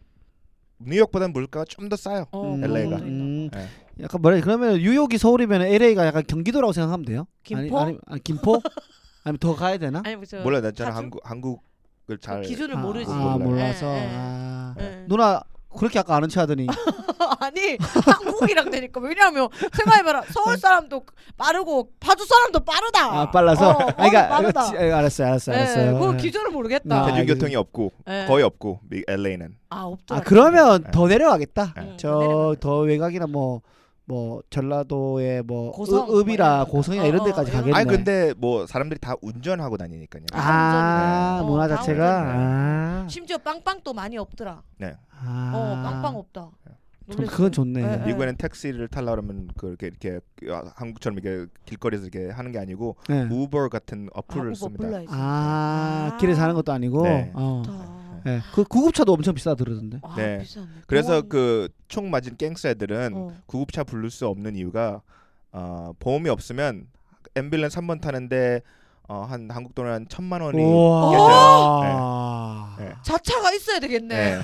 B: 뉴욕보다는 물가가 좀 더 싸요.
C: 어,
A: 음,
C: 그런
B: LA 가.
C: 것도 있나 봐.
A: 음,
B: 예.
A: 약간 뭐래 그러면 뉴욕이 서울이면 LA가 약간 경기도라고 생각하면 돼요?
C: 김포?
A: 아니, 아니, 아니 김포? 아니면 더 가야 되나?
C: 아니 뭐저
B: 몰라 난 저는
C: 사주? 어,
B: 한국 한국을 잘
C: 기준을
A: 아,
C: 모르지.
A: 아,
B: 몰라요.
A: 몰라서.
C: 예, 예.
A: 아.
C: 예.
A: 누나 그렇게 아까 아는 체하더니
C: 아니 한국이랑 되니까 왜냐하면 생각해봐라 서울 사람도 빠르고 파주 사람도 빠르다.
A: 아 빨라서.
C: 어,
A: 아, 그러니까
C: 빠르다.
A: 지- 아, 알았어요, 알았어요, 알았어요.
C: 그
A: 예.
C: 기준을
A: 아,
C: 모르겠다.
A: 나-
B: 대중교통이 없고
C: 예.
B: 거의 없고 미- LA는
C: 아 없더라.
A: 아 그러면
B: 네.
A: 더 내려가겠다.
B: 네.
C: 응,
A: 저
C: 음, 내려가자.
A: 더 외곽이나 뭐 뭐 전라도의 뭐
C: 고성,
A: 읍-
C: 뭐
A: 읍이라
C: 이런
A: 고성이나
C: 거.
A: 이런
C: 어,
A: 데까지
C: 어,
A: 가겠네.
B: 아니 근데 뭐 사람들이 다 운전하고 다니니까요.
A: 아,
B: 네.
C: 어,
A: 문화
C: 다
A: 자체가
B: 오전이네.
A: 아.
C: 심지어 빵빵도 많이 없더라.
A: 아.
C: 어 빵빵 없다.
B: 예.
A: 좀
C: 놀랬어.
A: 그건 좋네.
C: 예, 예.
B: 미국에는 택시를 타려 그러면 그렇게 이렇게 아, 한국처럼 이렇게 길거리에서 이렇게 하는 게 아니고
C: 예.
A: 네.
B: 우버 같은
C: 아,
B: 어플을
C: 우버
B: 씁니다.
C: 불러야지.
A: 아,
C: 아.
A: 길에서 하는 것도 아니고.
B: 네.
A: 어.
C: 좋다.
A: 네. 그 구급차도 엄청 비싸다 그러던데.
C: 아,
B: 네.
C: 비싸네.
B: 그래서
C: 공항-
B: 그 총 맞은 갱스 애들은
C: 어.
B: 구급차 부를 수 없는 이유가 어, 보험이 없으면 앰뷸런스 한 번 타는데 어, 한 한국 돈으로 한 천만 원이
A: 우와.
B: 깨져요. 네.
C: 자차가 있어야 되겠네.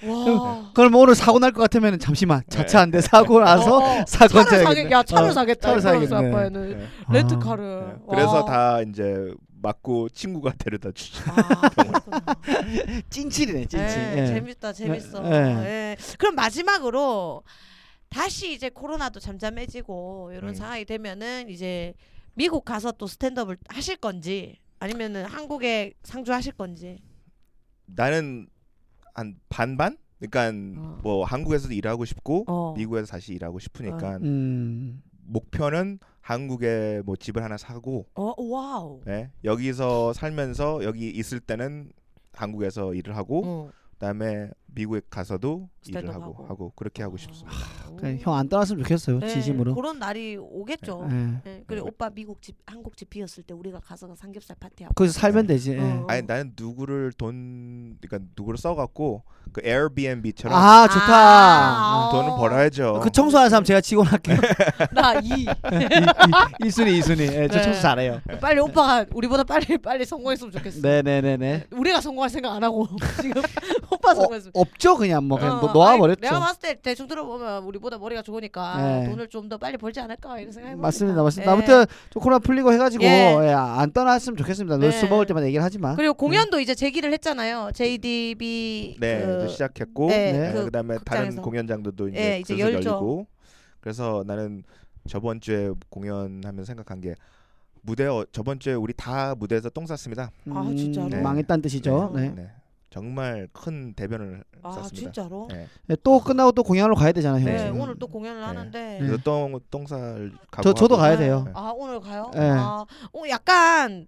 B: 네.
C: 와.
A: 그럼 뭐 오늘 사고 날 것 같으면
B: 네.
A: 잠시만 자차한데 사고 나서
C: 어, 어.
A: 사건 차야겠네.
C: 차를 사겠 야 차를
A: 어,
C: 사겠다.
A: 차를
C: 차를
A: 사야겠네.
C: 사겠네.
A: 아.
C: 렌트카를.
B: 그래서
C: 어. 와.
B: 다 이제 맞고 친구가 데려다 주지.
C: 아, 그렇구나.
A: 찐칠이네 찐칠.
C: 예,
A: 예.
C: 재밌다, 재밌어.
A: 예,
C: 예. 그럼 마지막으로 다시 이제 코로나도 잠잠해지고 이런
B: 음.
C: 상황이 되면은 이제 미국 가서 또 스탠드업을 하실 건지 아니면은 한국에 상주하실 건지.
B: 나는 한 반반? 그러니까
C: 어.
B: 뭐 한국에서도 일하고 싶고
C: 어.
B: 미국에서 다시 일하고 싶으니까
A: 음.
B: 목표는 한국에 뭐 집을 하나 사고
C: 어, 와우.
B: 예, 여기서 살면서 여기 있을 때는 한국에서 일을 하고
C: 어.
B: 그다음에 미국에 가서도 일을
C: 스탠드업
B: 하고
C: 하고. 아.
B: 하고, 그렇게 하고 싶습니다.
A: 아, 형안 떠났으면 좋겠어요
C: 네,
A: 진심으로.
C: 그런 날이 오겠죠.
A: 예.
C: 예, 그리고 오빠 미국 집 한국 집 비었을 때 우리가 가서 그 삼겹살 파티하고.
A: 거기서 살면
B: 네.
A: 되지. 예.
C: 어.
B: 아니 나는 누구를 돈 그러니까 누구를 써갖고 그 에어비앤비처럼
A: 아 좋다.
C: 아,
B: 돈을
C: 어.
B: 벌어야죠.
A: 그 청소하는 사람 제가 치고 할게요.
B: 네.
C: 나 이.
A: 이- 이- 이순이 이순이. 예, 저
C: 네.
A: 청소 잘해요.
C: 빨리 오빠가 우리보다 빨리 빨리 성공했으면 좋겠어.
A: 네네네네.
C: 우리가 성공할 생각 안 하고 지금 오빠
A: 어,
C: 성공했으면.
A: 없죠 그냥 뭐 그냥
C: 어,
A: 뭐 놓아버렸죠.
C: 아니, 내가 봤을 때 대충 들어보면 우리보다 머리가 좋으니까
A: 네.
C: 돈을 좀 더 빨리 벌지 않을까 이런 네. 생각이
A: 맞습니다, 맞습니다. 아무튼 저 코로나 풀리고 해가지고
C: 예.
A: 예, 안 떠났으면 좋겠습니다. 늘
C: 네.
A: 술 먹을 때마다 얘기를 하지만.
C: 그리고 공연도 이제 재기를 했잖아요. JDB
B: 네,
C: 그,
B: 이제 시작했고
C: 네,
A: 네.
C: 그
B: 그, 다음에 다른
C: 극장에서.
B: 공연장들도 이제,
C: 예, 이제
B: 슬슬
C: 열죠.
B: 열리고 그래서 나는 저번 주에 공연하면서 생각한 게 무대 어, 저번 주에 우리 다 무대에서 똥 쌌습니다.
C: 아, 진짜로?
B: 네.
A: 음, 망했다는 뜻이죠.
C: 네.
A: 네.
B: 정말 큰 대변을
C: 아
B: 쌌습니다.
C: 진짜로?
B: 네.
A: 네, 또 끝나고 또 공연하러 가야 되잖아요. 형
C: 네,
A: 지금.
C: 오늘 또 공연을 하는데
B: 그래서 똥 똥살 가고
A: 저 저도
B: 하고.
A: 가야 돼요.
B: 네.
C: 아 오늘 가요?
A: 네.
C: 아 어, 약간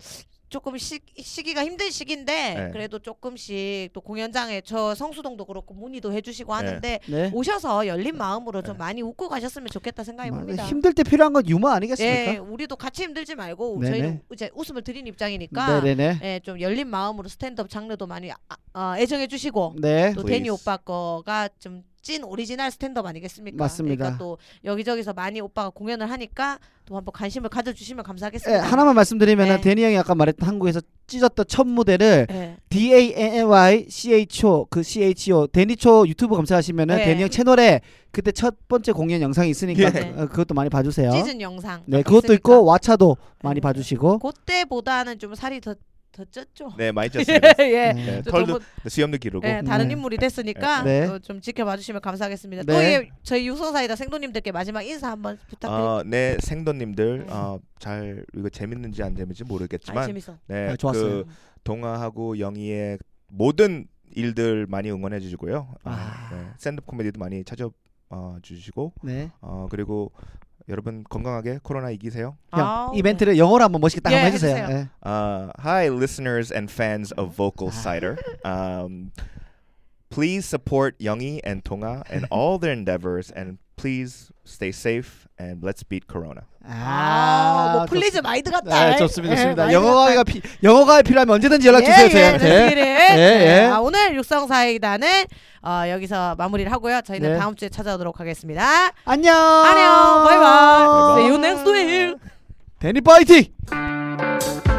C: 조금 시, 시기가 힘든 시기인데
B: 네.
C: 그래도 조금씩 또 공연장에 저 성수동도 그렇고 문의도 해주시고 하는데
A: 네.
C: 오셔서 열린 마음으로 좀 많이 웃고 가셨으면 좋겠다 생각이 듭니다.
A: 네, 힘들 때 필요한 건 유머
C: 예,
A: 아니겠습니까?
C: 우리도 같이 힘들지 말고
A: 네네.
C: 저희는 이제 웃음을 드린 입장이니까
A: 네네네.
C: 예, 좀 열린 마음으로 스탠드업 장르도 많이 아, 아, 애정해 주시고
A: 네.
C: 또
B: Please.
C: 데니 오빠 거가 좀 찐 오리지널 스탠드업 아니겠습니까?
A: 맞습니다.
C: 그러니까 또 여기저기서 많이 오빠가 공연을 하니까 또 한번 관심을 가져주시면
A: 예,
C: 감사하겠습니다.
A: 하나만 말씀드리면
C: 네.
A: 은 데니 형이 아까 말했던 한국에서 찢었던 첫 무대를
C: 예.
A: D A N N Y C H O 그 C H O 데니초 유튜브 검색하시면은
C: 네.
A: 데니 형 채널에 그때 첫 번째 공연 영상이 있으니까
C: 예.
A: 어, 그것도 많이 봐주세요.
C: 시즌 영상.
A: 네, 그것도
C: 있으니까
A: 있고 와차도 많이
C: 네.
A: 봐주시고.
C: 그때보다는 좀 살이 더, 더 쪘죠.
B: 네, 많이 쪘습니다.
C: 예,
A: 네.
C: 예.
B: 네,
C: 저
B: 털도
C: 너무-
B: 수염도 기르고
C: 예, 다른
A: 네.
C: 인물이 됐으니까
A: 네.
C: 어, 좀 지켜봐 주시면 감사하겠습니다. 또
A: 네.
C: 예, 저희 육성사이다 생도님들께 마지막 인사 한번 부탁드립니다.
B: 어, 네 생도님들
C: 네.
B: 어, 잘 이거 재밌는지 안 재밌는지
C: 아,
B: 모르겠지만
C: 재밌어. 음.
B: 네,
A: 아, 좋았어요.
B: 그 동아하고 영희의 모든 일들 많이 응원해 주시고요.
A: 아.
B: 아, 네. 스탠드업 코미디도 많이 찾아 어, 주시고
A: 네.
B: 어, 그리고 여러분 건강하게 코로나 이기세요.
A: 형,
C: 아우,
A: 이벤트를 영어로 한번 멋있게 딱
C: 예,
A: 한번 해주세요.
C: 해주세요.
A: 예.
B: Uh, hi, listeners and fans of Vocal Cider. Um, please support Youngie and Tonga and all their endeavors, and please stay safe and let's beat Corona.
C: 아, 뭐
A: 좋-
C: 플리즈 마이드 같다.
A: 네, 좋습니다.
C: 예,
A: 좋습니다.
C: 마이드
A: 영어가
C: 같다.
A: 피, 영어가 필요하면 언제든지 연락 주세요.
C: 예, 예,
A: 저희한테.
C: 네, 네.
A: 예, 예.
C: 아, 오늘 육성사이다는 어, 여기서 마무리를 하고요. 저희는
A: 네.
C: 다음 주에 찾아오도록 하겠습니다. 네,
A: 안녕.
C: 안녕. 바이바이. 어.
B: 바이바이.
C: See you next week.
A: 데니 파이팅.